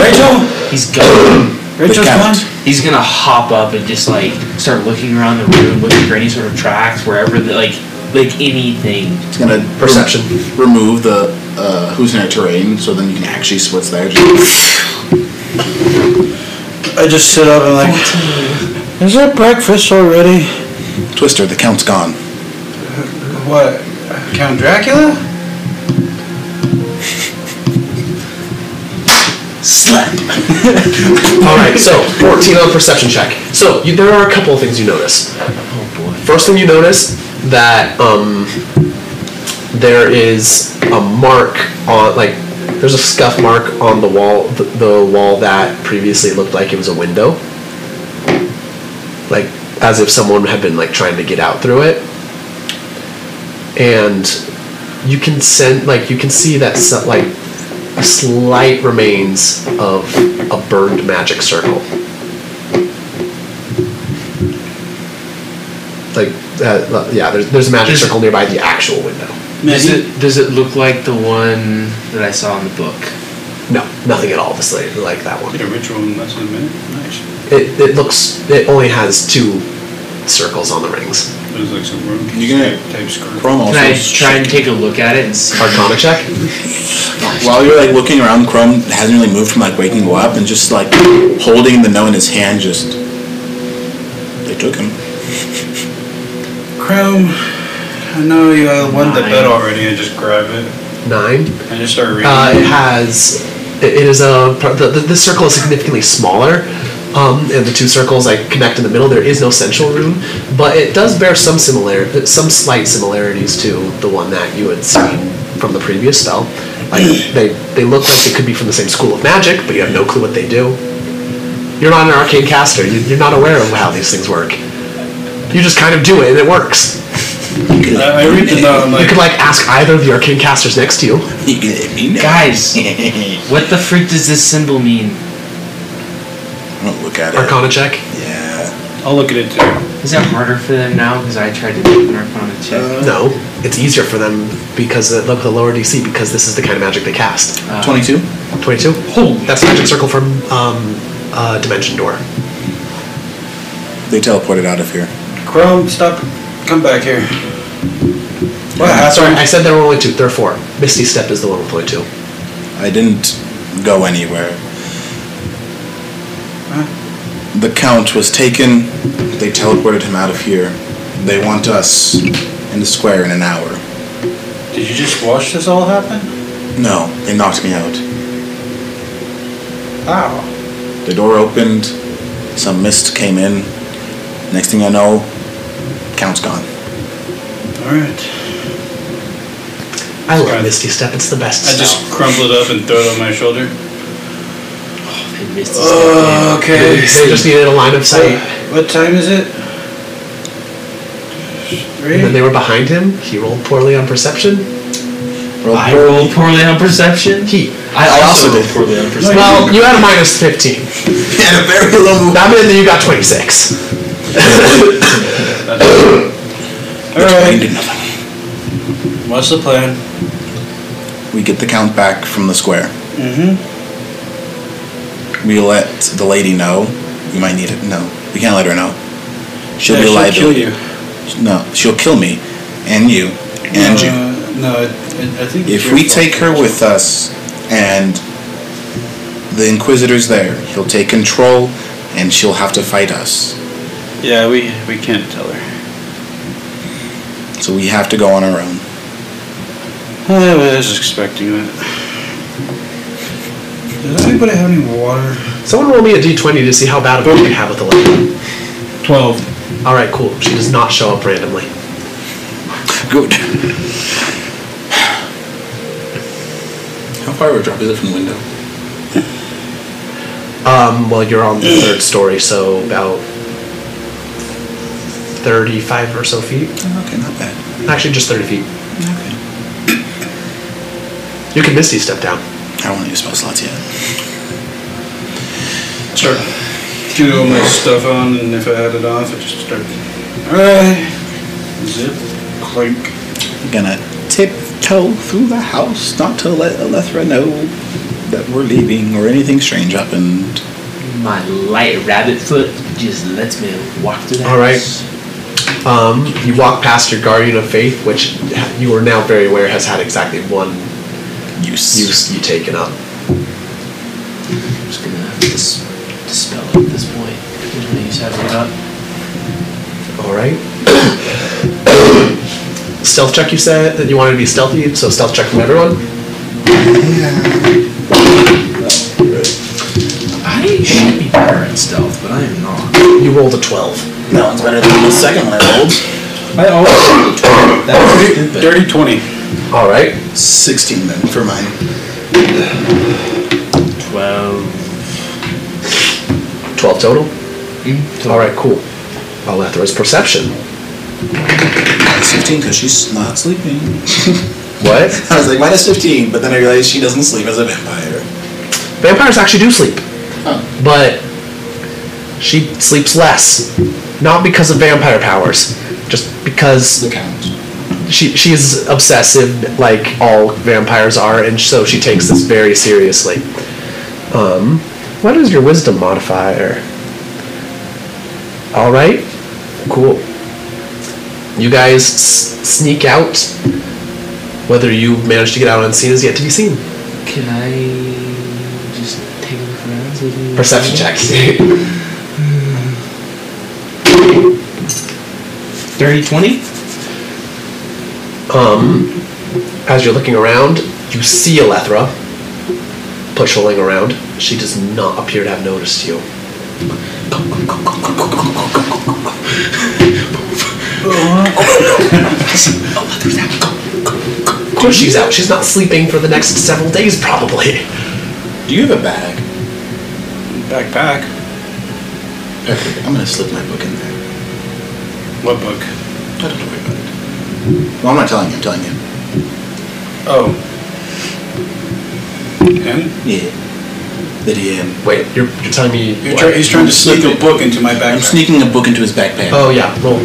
D: Rachel?
B: He's gone.
A: The
D: Rachel's gone?
A: count.
B: He's gonna hop up and just like start looking around the room, looking for any sort of tracks, wherever the, like like anything.
A: It's gonna
C: Perception.
A: rem- remove the uh, who's in our terrain, so then you can actually see what's there. Just-
D: I just sit up and like, is there breakfast already?
A: Twister, the count's gone.
D: What? Count Dracula?
C: (laughs) All right, so 14 on perception check. So you, there are a couple of things you notice. First thing you notice that um, there is a mark on like there's a scuff mark on the wall the, the wall that previously looked like it was a window, like as if someone had been like trying to get out through it, and you can send like you can see that so- like a slight remains of a burned magic circle. Like, uh, yeah, there's, there's a magic
B: Is-
C: circle nearby the actual window.
B: Does it does it look like the one that I saw in the book?
C: No, nothing at all this late, like that one.
D: Did a ritual in less than a minute? Nice.
C: It, it looks, it only has two circles on the rings.
D: It was like some room
A: You gonna-
D: type script.
A: Chrome also.
B: Can I try and take a look at it and see?
C: Arcana check?
A: While you're like looking around, Chrome hasn't really moved from like waking you up and just like holding the note in his hand. Just they took him.
D: Chrome, I know you uh, won the
B: Nine.
D: bet already. I just grab it.
C: Nine.
D: I just start reading.
C: Uh, it has. It it is a. The, the, the circle is significantly smaller, um, and the two circles like connect in the middle. There is no central room, but it does bear some similar, some slight similarities to the one that you had seen from the previous spell. Like they, they look like they could be from the same school of magic, but you have no clue what they do. You're not an arcane caster. You, you're not aware of how these things work. You just kind of do it, and it works.
D: I, I read the note. I'm
C: You
D: like,
C: could like ask either of the arcane casters next to you.
A: (laughs)
B: Guys, what the freak does this symbol mean?
A: Don't look (laughs) at it.
C: Arcana check.
A: Yeah.
D: I'll look at it too.
B: Is that harder for them now? Because I tried to do an Arcana check.
C: No, it's easier for them because of the lower DC because this is the kind of magic they cast.
B: Uh,
A: Twenty-two.
C: Twenty-two. That's magic circle from um, uh, Dimension Door.
A: They teleported out of here.
D: Chrome, stop. Come back here. What
C: Sorry, I
D: happened?
C: said there were only two. There are four. Misty Step is the one with only two.
A: I didn't go anywhere. The count was taken. They teleported him out of here. They want us in the square in an hour.
D: Did you just watch this all happen?
A: No, it knocked me out.
D: Wow.
A: The door opened, some mist came in. Next thing I know, count's gone.
D: All right.
C: I love Misty Step. It's the best.
D: I just
C: spell.
D: crumple it up and throw it on my shoulder.
B: And Misty's
C: uh, They,
D: Oh, Okay.
C: they just needed a line of sight,
D: What time is it?
C: and then
D: Three.
C: they were behind him. He rolled poorly on perception.
A: Roll
B: I
A: poorly.
B: rolled poorly on perception.
C: He.
A: I also did.
B: poorly on perception.
C: Well, you had a minus fifteen.
A: Yeah, very low.
C: That meant that you got twenty six.
D: All
A: I didn't
D: right.
A: do nothing.
D: What's the plan?
A: We get the count back from the square.
D: Mm-hmm.
A: We let the lady know. You might need it. No, we can't let her know. She'll be a
D: she'll kill
A: liability.
D: you.
A: No, she'll kill me, and you, and you.
D: Uh, no, I, I I think
A: If
D: it's your
A: we
D: fault.
A: take her with us and the Inquisitor's there, he'll take control and she'll have to fight us.
D: Yeah, we we can't tell her.
A: So we have to go on our own.
D: Uh, I was expecting that. Does anybody have any water?
C: Someone roll me a d twenty to see how bad of a you have with the lady.
D: Twelve.
C: All right, cool. She does not show up randomly.
A: Good. How far of a drop is it from the window?
C: Um, well, you're on the third story, so about thirty-five or so feet.
A: Oh, Okay, not bad.
C: Actually, just thirty feet.
A: Okay.
C: You can misty step down.
A: I don't want to use spell slots yet.
D: Start get all my stuff on, and if I had it off, I just start. All right. Zip. Clink.
A: I'm gonna tiptoe through the house, not to let Alethra know that we're leaving or anything strange happened.
B: My light rabbit foot just lets me walk through that.
C: All right.
B: house.
C: Um, you walk past your guardian of faith, which you are now very aware has had exactly one
A: Use.
C: use you taken up.
B: I'm just gonna dis- dispel it at this point. I'm gonna use that right up.
C: All right. stealth check. You said that you wanted to be stealthy, so stealth check from everyone.
E: I should be better at stealth, but I am not.
C: You rolled a twelve.
A: That one's better than the second one I rolled.
E: I always That's stupid.
D: Dirty twenty.
C: All right.
A: 16 then for mine.
B: Twelve.
C: Twelve total. All right. Cool. Alethra's perception.
A: Minus 15 because she's not sleeping.
C: What?
A: I was like, minus 15, but then I realized she doesn't sleep as a vampire.
C: Vampires actually do sleep, but she sleeps less, not because of vampire powers, just because
A: count.
C: she she is obsessive, like all vampires are, and so she takes this very seriously. Um, what is your wisdom modifier? All right, cool. You guys s- sneak out. Whether you manage to get out unseen is yet to be seen.
B: Can I just take a look around? see if anything-
C: Perception check.
E: Dirty 20?
C: Um, as you're looking around, you see Alethra pushing around. She does not appear to have noticed you. Of course she's out. She's not sleeping for the next several days, probably.
A: Do you have a bag?
D: Backpack.
A: Perfect. I'm going to slip my book in there.
D: What book?
A: I don't have to worry about it. Well, I'm not telling you, I'm telling you.
D: Oh. Him?
A: Yeah. The DM.
C: Wait, you're, you're telling me.
D: You're try- he's trying to sneak a book into my
A: I'm
D: backpack.
A: sneaking a book into his backpack.
C: Oh, yeah, roll.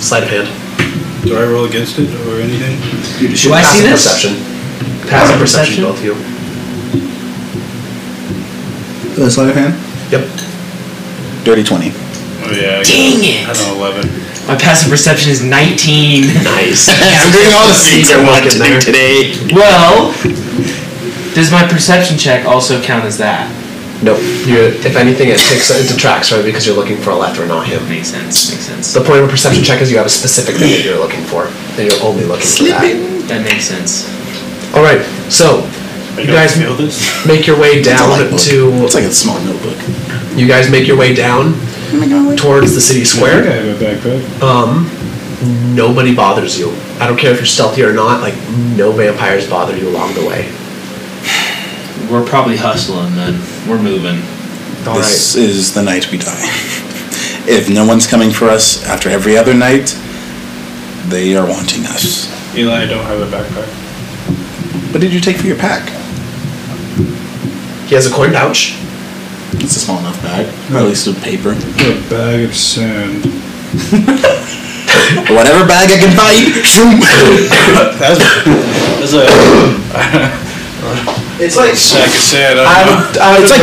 C: Sleight of hand.
D: Do I roll against it or anything?
C: Do
B: I see this?
C: Perception. Passive
B: Perception?
C: perception, both of you.
A: The sleight of hand?
C: Yep.
A: Dirty 20.
D: Oh yeah. I got-
B: Dang it!
D: I don't eleven.
B: My passive perception is (laughs) 19.
C: Nice.
A: I'm doing all the things I want to do today.
B: well, does my perception check also count as that?
C: Nope. You, if anything, it takes it detracts from it because you're looking for a left or not him.
B: Makes sense. Makes sense.
C: The point of a perception check is you have a specific thing that you're looking for, and you're only looking for that.
B: That makes sense.
C: All right. So
D: I
C: You
D: gotta
C: guys-
D: feel this?
C: Make your way
A: It's a
C: down
A: light book.
C: to.
A: It's like a small notebook.
C: You guys make your way down towards the city
O: I think I
C: square.
O: have a backpack.
C: Um, nobody bothers you. I don't care if you're stealthy or not. Like no vampires bother you along the way.
B: We're probably hustling then. We're moving.
C: All right.
A: this is the night we die. if no one's coming for us after every other night, they are wanting us.
D: Eli, I don't have a backpack.
A: What did you take for your pack?
C: He has a coin pouch.
A: It's a small enough bag, or at least a paper.
O: A bag of sand.
A: Whatever bag I can (laughs) find. shoom.
D: (laughs) That's, that's a
B: It's like
D: sack of sand. I don't know.
C: I'm, I'm uh, it's like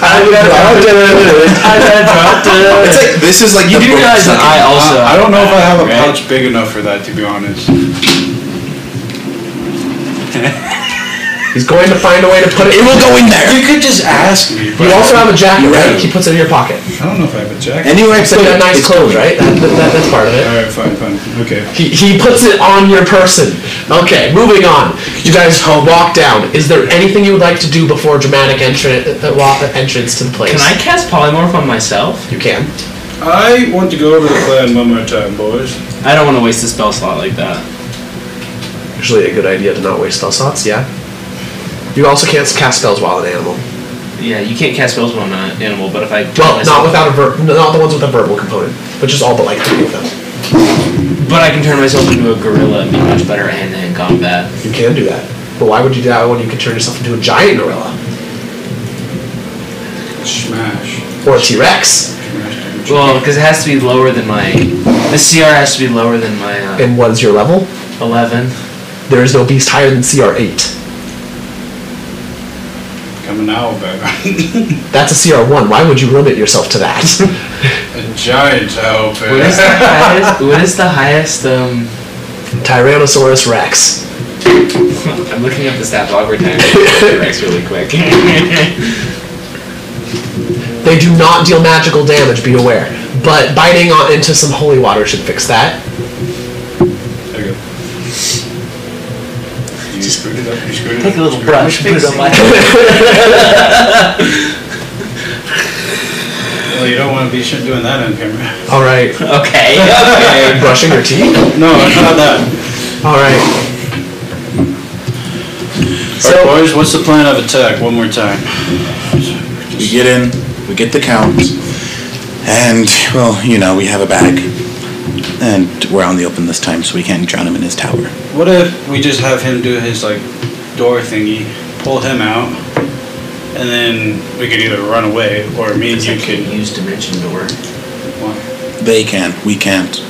B: (laughs)
C: dirt. I'm
A: it's like this is like
B: you
A: the
B: do
A: book
B: realize that I
A: sucking-
B: also.
D: Uh, I don't know if I have a
B: Right.
D: pouch big enough for that, to be honest.
C: He's going to find a way to put it.
A: It will go in there.
B: You could just ask.
C: You also have a jacket,
A: You're
C: right?
A: right.
C: He puts it in your pocket.
O: I don't know if I have a jacket.
A: Anywhere
C: So
A: except
C: you got nice
A: it's
C: clothes,
A: clean.
C: right? That, that, that- that's part of it.
O: Alright, fine, fine. Okay.
C: He, he puts it on your person. Okay, moving on. You guys uh, walk down. Is there anything you would like to do before dramatic entran- uh, wa- entrance to the place?
B: Can I cast polymorph on myself?
C: You can.
D: I want to go over the plan one more time, boys.
B: I don't want to waste a spell slot like that.
C: Usually a good idea to not waste spell slots, yeah. You also can't cast spells while an animal.
B: Yeah, you can't cast spells on an animal, but if I
C: Well, not without a ver- not the ones with a verbal component, but just all but like three of them.
B: But I can turn myself into a gorilla and be much better at hand-to-hand combat.
C: You can do that. But why would you do that when you could turn yourself into a giant gorilla?
D: Smash.
C: Or a T Rex?
B: Well, because it has to be lower than my the CR has to be lower than my uh,
C: And what is your level?
B: eleven.
C: There is no beast higher than CR8.
D: Become an owl back. (laughs)
C: That's a CR1. Why would you limit yourself to (laughs) that?
D: a giant owl
B: What is the
D: bear.
B: highest? What is the highest? Um,
C: Tyrannosaurus Rex.
B: I'm looking up the stat log for T-Rex really quick.
C: They do not deal magical damage, be aware. But biting on into some holy water should fix that.
D: There you go. You screwed it up. You screwed it
B: Take
D: up.
B: a little brush, put it on my
D: Well, you don't want to be shit doing that on camera.
C: Alright.
B: Okay. Okay.
C: Brushing your teeth?
D: (laughs) No, it's not that.
C: Alright.
D: All
C: So,
D: right, boys, what's the plan of attack? One more time.
A: We get in, we get the count, and well, you know, we have a bag, and we're on the open this time, so we can't drown him in his tower.
D: What if we just have him do his like door thingy, pull him out, and then we could either run away or me and you
B: can
D: could.
B: use dimension door.
A: They can, we can't.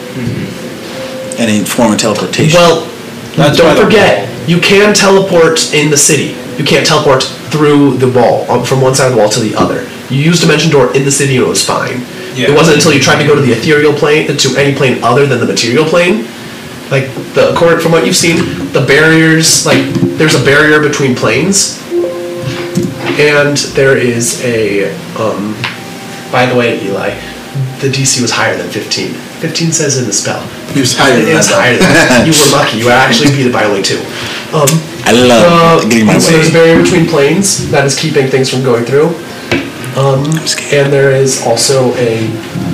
A: Any form of teleportation.
C: well,
D: That's why
C: don't
D: the
C: forget, you can teleport in the city. You can't teleport through the wall, um, from one side of the wall to the other. You used Dimension Door in the city and it was fine.
D: Yeah.
C: It wasn't until you tried to go to the ethereal plane, to any plane other than the material plane. Like, the according from what you've seen, the barriers, like, there's a barrier between planes. And there is a, um, by the way, Eli, the DC was higher than 15. 15 says in the spell.
A: He was higher than
C: It was
A: that.
C: higher
A: (laughs)
C: than that. You were lucky. You actually beat it by only two. Um,
A: I love
C: uh,
A: getting Oh, my
C: so there's
A: way.
C: a barrier between planes that is keeping things from going through. Um,
A: scared.
C: and there is also a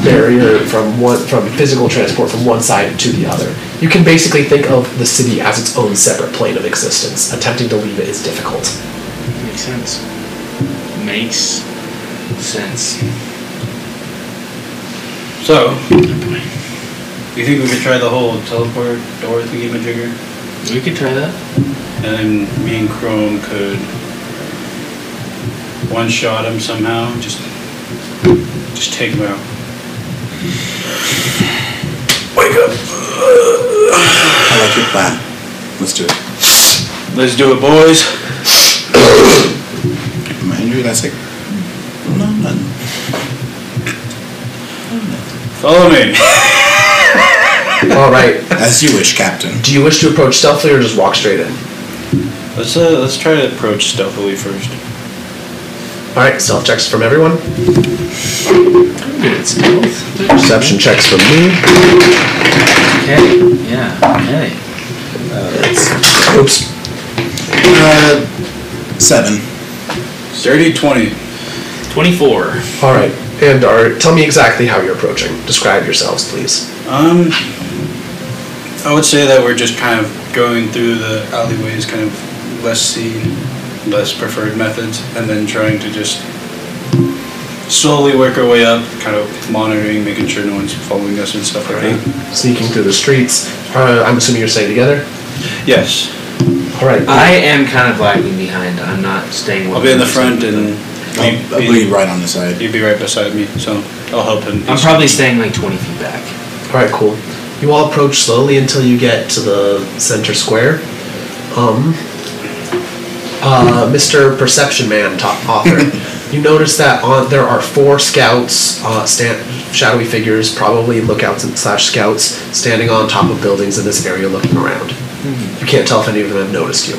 C: barrier from one from physical transport from one side to the other. You can basically think of the city as its own separate plane of existence. Attempting to leave it is difficult.
A: (laughs)
B: Makes sense. Makes sense.
D: So, you think we could try the whole teleport door thingy majigger?
B: We could try that.
D: And then me and Chrome could one shot him somehow, just just take him out.
A: I like your plan. Let's do it.
D: Let's do it, boys.
A: Am I injured? That's like, no, nothing.
D: Follow me.
C: All right.
A: As you wish, Captain.
C: Do you wish to approach stealthily or just walk straight in?
D: Let's uh, let's try to approach stealthily first.
C: All right. Stealth checks from everyone.
B: Hmm, It's both.
C: Perception checks from me.
B: Okay. Yeah. Okay.
C: Oops.
A: Uh, Seven.
D: Dirty 20.
B: 24.
C: All right, and are, tell me exactly how you're approaching. Describe yourselves, please.
D: Um, I would say that we're just kind of going through the alleyways, kind of less seen, less preferred methods, and then trying to just slowly work our way up, kind of monitoring, making sure no one's following us and stuff like that.
C: Sneaking through the streets. Uh, I'm assuming you're staying together.
D: Yes,
C: All right.
B: I am kind of lagging behind. I'm not staying.
D: I'll be in the front and
A: I'll, I'll
D: you'd
A: be right on the side.
D: be right beside me, so I'll help him.
B: I'm probably staying like 20 feet back.
C: All right, cool. You all approach slowly until you get to the center square. Um, uh, Mr. Perception Man, top author, you notice that on, there are four scouts, uh, stand, shadowy figures, probably lookouts and slash scouts, standing on top of buildings in this area looking around. You can't tell if any of them have noticed you.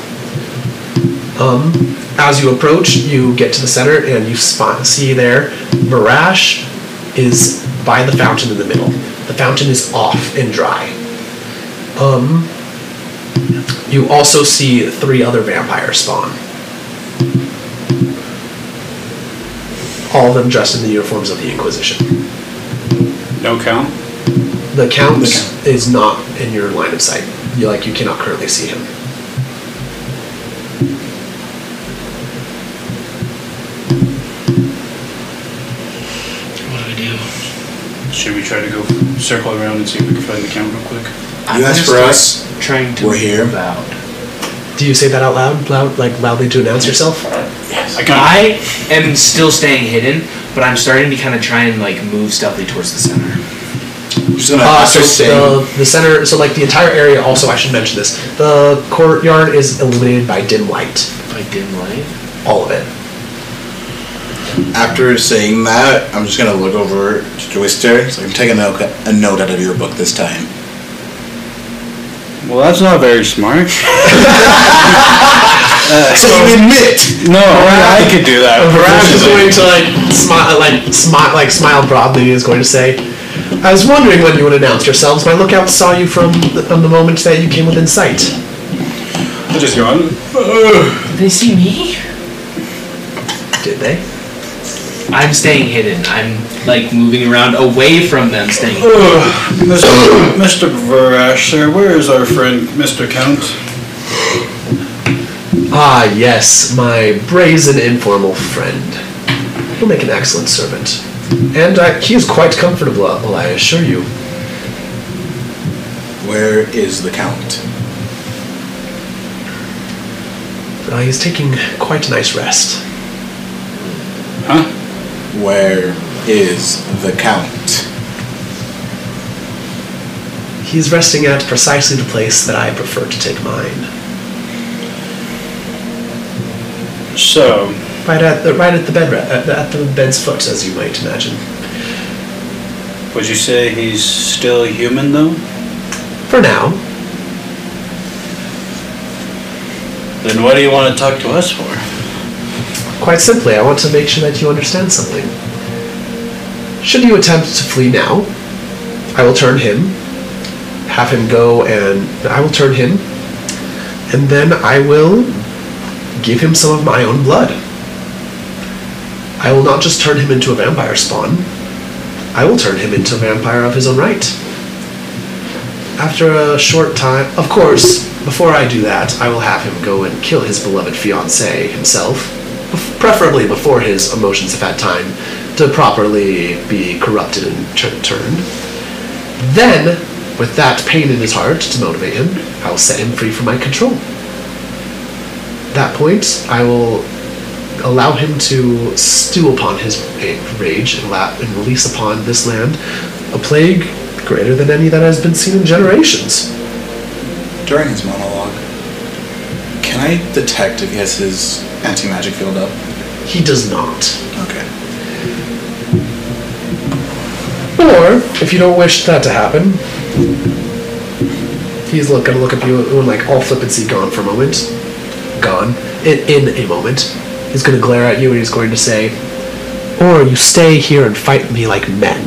C: Um, as you approach, you get to the center and you spot, see there, Marash is by the fountain in the middle. The fountain is off and dry. Um, you also see three other vampires spawn. All of them dressed in the uniforms of the Inquisition.
D: No count.
C: The Count is not in your line of sight. You like you cannot currently see him.
B: What do we do?
D: Should we try to go circle around and see if we can find the count real quick?
B: I'm
A: You
B: gonna
A: asked for
B: start
A: us.
B: Trying to
A: We're here.
B: move out.
C: Do you say that out loud, loud like loudly to announce yourself?
D: I can
B: I am still staying hidden, but I'm starting to kind of try and like move stealthily towards the center.
A: I'm just gonna
C: Uh,
A: I'm
C: so
A: just saying-
C: the, the center, so like the entire area. Also, I should mention this: the courtyard is illuminated by dim light,
B: By dim light.
C: all of it.
A: after saying that, I'm just gonna look over to Twister. So I'm taking a, a note out of your book this time.
D: Well, that's not very smart.
A: So you admit
D: No, I could do (laughs) that.
C: Barash is going to like smile, like smile, like smile broadly. and Is going to say, "I was wondering when you would announce yourselves. My lookout saw you from the, from the moment that you came within sight.
D: I just go on.
B: Did they see me?
C: Did they?
B: I'm staying hidden. I'm like moving around away from them, staying. hidden.
D: Mr. Mr. Varash, sir, where is our friend, Mr. Count?
C: Ah, yes, my brazen informal friend. He'll make an excellent servant, and uh, he is quite comfortable. uh, I assure you."
A: where is the count?
C: Uh, he's taking quite a nice rest.
A: Where is the count?
C: He's resting at precisely the place that I prefer to take mine.
D: So,
C: Right at the right at the bed re- at, the, at the bed's foot, as you might imagine.
D: would you say he's still human, though?
C: For now,
D: Then what do you want to talk to us for?
C: quite simply, I want to make sure that you understand something. Should you attempt to flee now, I will turn him, have him go, and I will turn him, and then I will give him some of my own blood. I will not just turn him into a vampire spawn. I will turn him into a vampire of his own right. After a short time, of course, before I do that, I will have him go and kill his beloved fiancee himself, bef- preferably before his emotions have had time to properly be corrupted and tur- turned. Then, with that pain in his heart to motivate him, I will set him free from my control. At that point, I will allow him to stew upon his ra- rage and, la- and release upon this land a plague greater than any that has been seen in generations.
A: During his monologue, can I detect if he has his anti magic field up?
C: He does not.
A: Okay.
C: Or, if you don't wish that to happen, he's look, gonna look at you and like all flippancy gone for a moment. Gone. In, in a moment. He's gonna glare at you and he's going to say, Or you stay here and fight me like men.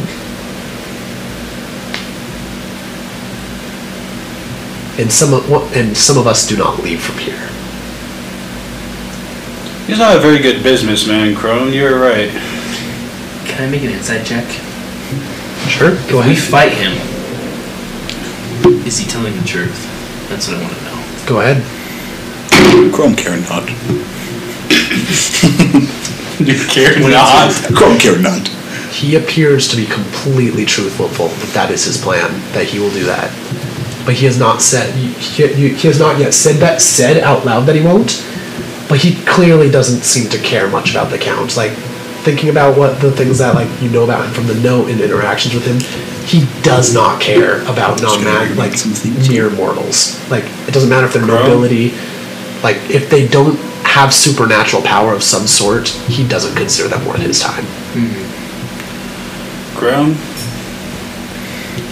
C: And some of, and some of us do not leave from here.
D: He's not a very good businessman, Crone. You're right.
B: Can I make an inside check?
C: Sure. Go
B: If we
C: ahead.
B: fight him, is he telling the truth? That's what I want to know.
C: Go ahead.
A: Chrome care not.
D: (laughs) You care not?
A: Chrome care not.
C: He appears to be completely truthful that that is his plan, that he will do that. But he has not said he, he, he has not yet said that said out loud that he won't. But he clearly doesn't seem to care much about the count. Like thinking about what the things that like you know about him from the note and interactions with him, he does not care about non man like mere mortals. Like it doesn't matter if they're nobility, like if they don't have supernatural power of some sort, he doesn't consider them worth his time.
D: Crone?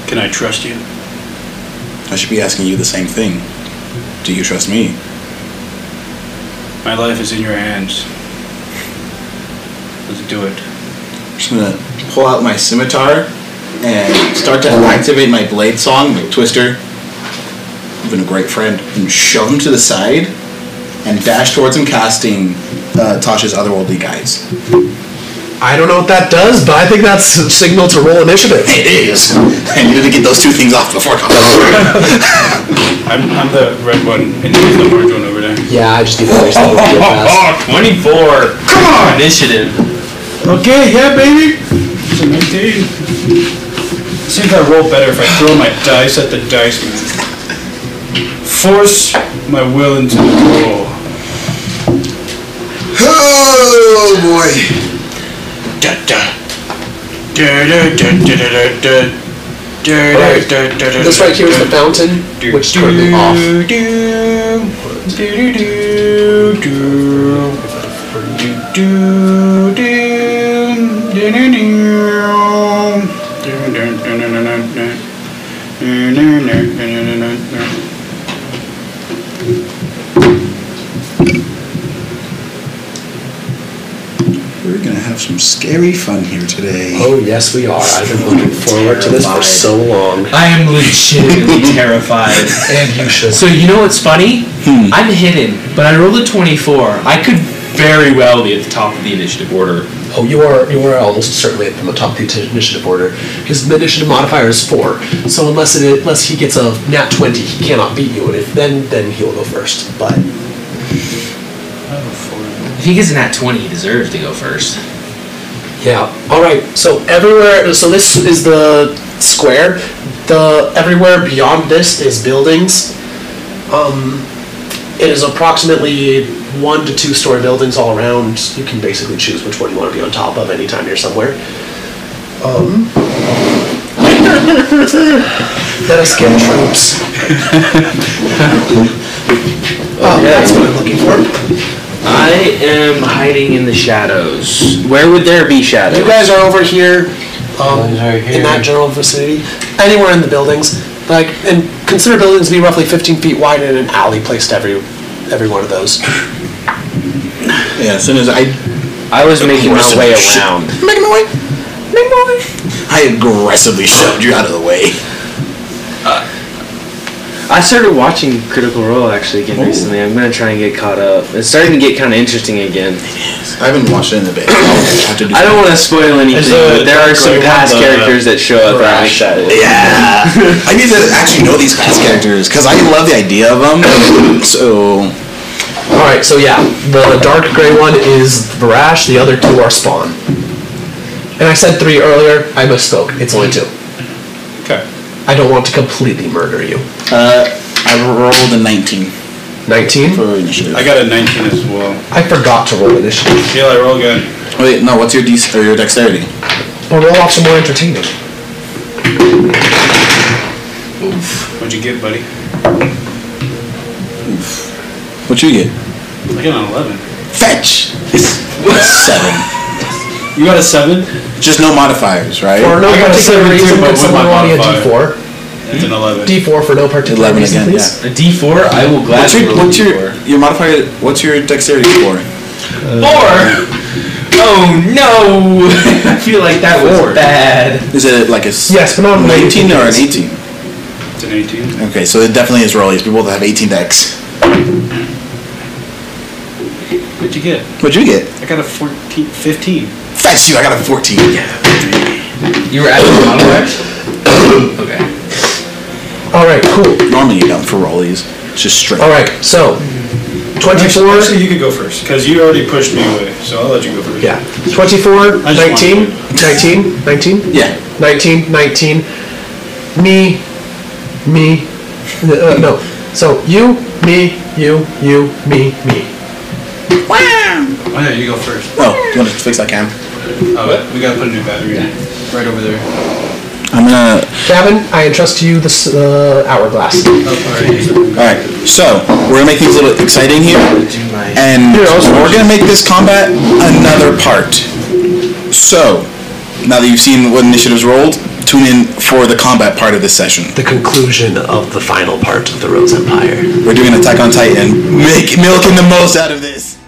D: Can I trust you?
A: I should be asking you the same thing. Do you trust me?
D: My life is in your hands. Let's do it.
I: I'm just gonna pull out my scimitar and start to activate my blade song, my twister. You've been a great friend. And shove him to the side and dash towards him, casting uh, Tasha's otherworldly guise.
C: I don't know what that does, but I think that's a signal to roll initiative.
I: It is. I needed to get those two things off before.
D: I'm, I'm the red one, and he's the orange one over there.
C: (laughs) Yeah, I just need to erase that real fast.
B: (laughs) Oh, 24! Come on! Initiative.
D: Okay, yeah, baby. It's a 19. Seems I roll better if I throw my dice at the dice man. Force my will into the roll.
J: Oh boy.
D: Da da. Da da da da da da da. Da
C: Alright,
D: da da da da.
C: This right here is the fountain,
D: Do,
C: which is
D: do,
C: currently off.
D: do, do, do, do, do. Do, do, do, do, do, do. Do, do, do, do, do, do, do. Do, do, do, do, do, do, do.
A: We're gonna have some scary fun here today.
C: Oh yes, we are. I've been looking forward to this for so long.
B: I am (laughs) legitimately terrified.
C: And you should.
B: So you know what's funny?
C: Hmm.
B: I'm hidden, but I rolled a 24. I could very well be at the top of the initiative order.
C: Oh, you are you are almost certainly at the top of the initiative order. His initiative modifier is four, so unless it unless he gets a nat twenty, he cannot beat you. And if then then he'll go first. But
B: If he gets in that 20, he deserves to go first.
C: Yeah. All right. So everywhere. So this is the square. The everywhere beyond this is buildings. Um, it is approximately one to two story buildings all around. You can basically choose which one you want to be on top of anytime you're somewhere. Um. Let us get troops. (laughs) oh, that's what I'm looking for.
B: I am hiding in the shadows. Where would there be shadows?
C: You guys are over here, um, in that general vicinity, anywhere in the buildings. Like, and consider buildings to be roughly 15 feet wide and an alley placed every, every one of those.
A: Yeah, as soon as I
B: I was making my way
A: Shit.
B: around.
A: Make my way. Make my way. I aggressively shoved you out of the way.
E: I started watching Critical Role actually again recently. I'm gonna try and get caught up. It's starting to get kind of interesting again.
I: I haven't watched it in a (clears throat) bit. I'll have to do
E: I don't want to spoil anything,
D: a
E: but there are some
D: dark
E: past
D: one, the-
E: characters that show up that I'm excited.
I: Yeah.
A: I need to actually know these past characters because I love the idea of them. so
C: All right, so yeah, the dark gray one is Varash, the other two are Spawn. And I said three earlier, I misspoke. It's only two.
D: Okay.
C: I don't want to completely murder you.
A: uh, I rolled a 19
C: 19?
A: for initiative.
D: I got a 19 as well.
C: I forgot to roll initiative.
D: Yeah, I roll good.
A: Wait, no. What's your dec- or your dexterity?
C: Well, roll off some more entertaining.
D: What'd you get, buddy?
A: What you get?
D: I got an 11.
A: Fetch. Seven.
D: You got a 7?
A: Just no modifiers, right?
C: For no
D: I got a
C: particular
D: 17,
C: reason,
D: but
C: could
D: with
C: someone
D: my
C: roll me a
D: modifier.
C: d4?
D: It's an 11.
C: D4 for no particular
A: 11
C: reason,
A: again,
C: please?
A: yeah.
E: A D4, I will
A: What's
E: gladly
A: your,
E: roll
A: what's your
E: D4.
A: your modifier? What's your dexterity for?
B: Four! Oh no! (laughs) I feel like that was bad.
A: Is it like a s-
C: Yes, but not
A: 19 or an 18?
D: It's an 18.
A: Okay, so it definitely is rollies. People that have 18 dex.
D: What'd you get?
I: What'd you get?
D: I got a 14, 15.
I: That's you. I got a 14.
B: You were at the model X? (coughs) okay.
C: All right, cool.
I: Normally you don't for rollies. It's just straight.
C: All right, so
P: Actually, actually,
C: 24.
P: you could go first because you already pushed me away, so I'll let you go first.
C: Yeah. 24,
D: I just
C: 19, 19, 19,
I: Yeah.
C: 19, 19. Me, me, uh, no. So you, me, you, you, me, me.
D: Oh, yeah, you go first.
I: Oh, you want to fix that cam?
D: Oh, wait, we gotta put a new battery in. Right over there.
I: I'm gonna.
C: Gavin, I entrust to you this uh, hourglass. Here,
I: All right. So we're gonna make things a little exciting here, and we're gonna make this combat another part. So now that you've seen what initiatives rolled, tune in for the combat part of this session.
C: the conclusion of the final part of the Rose Empire.
I: We're doing Attack on Titan. Make milking the most out of this.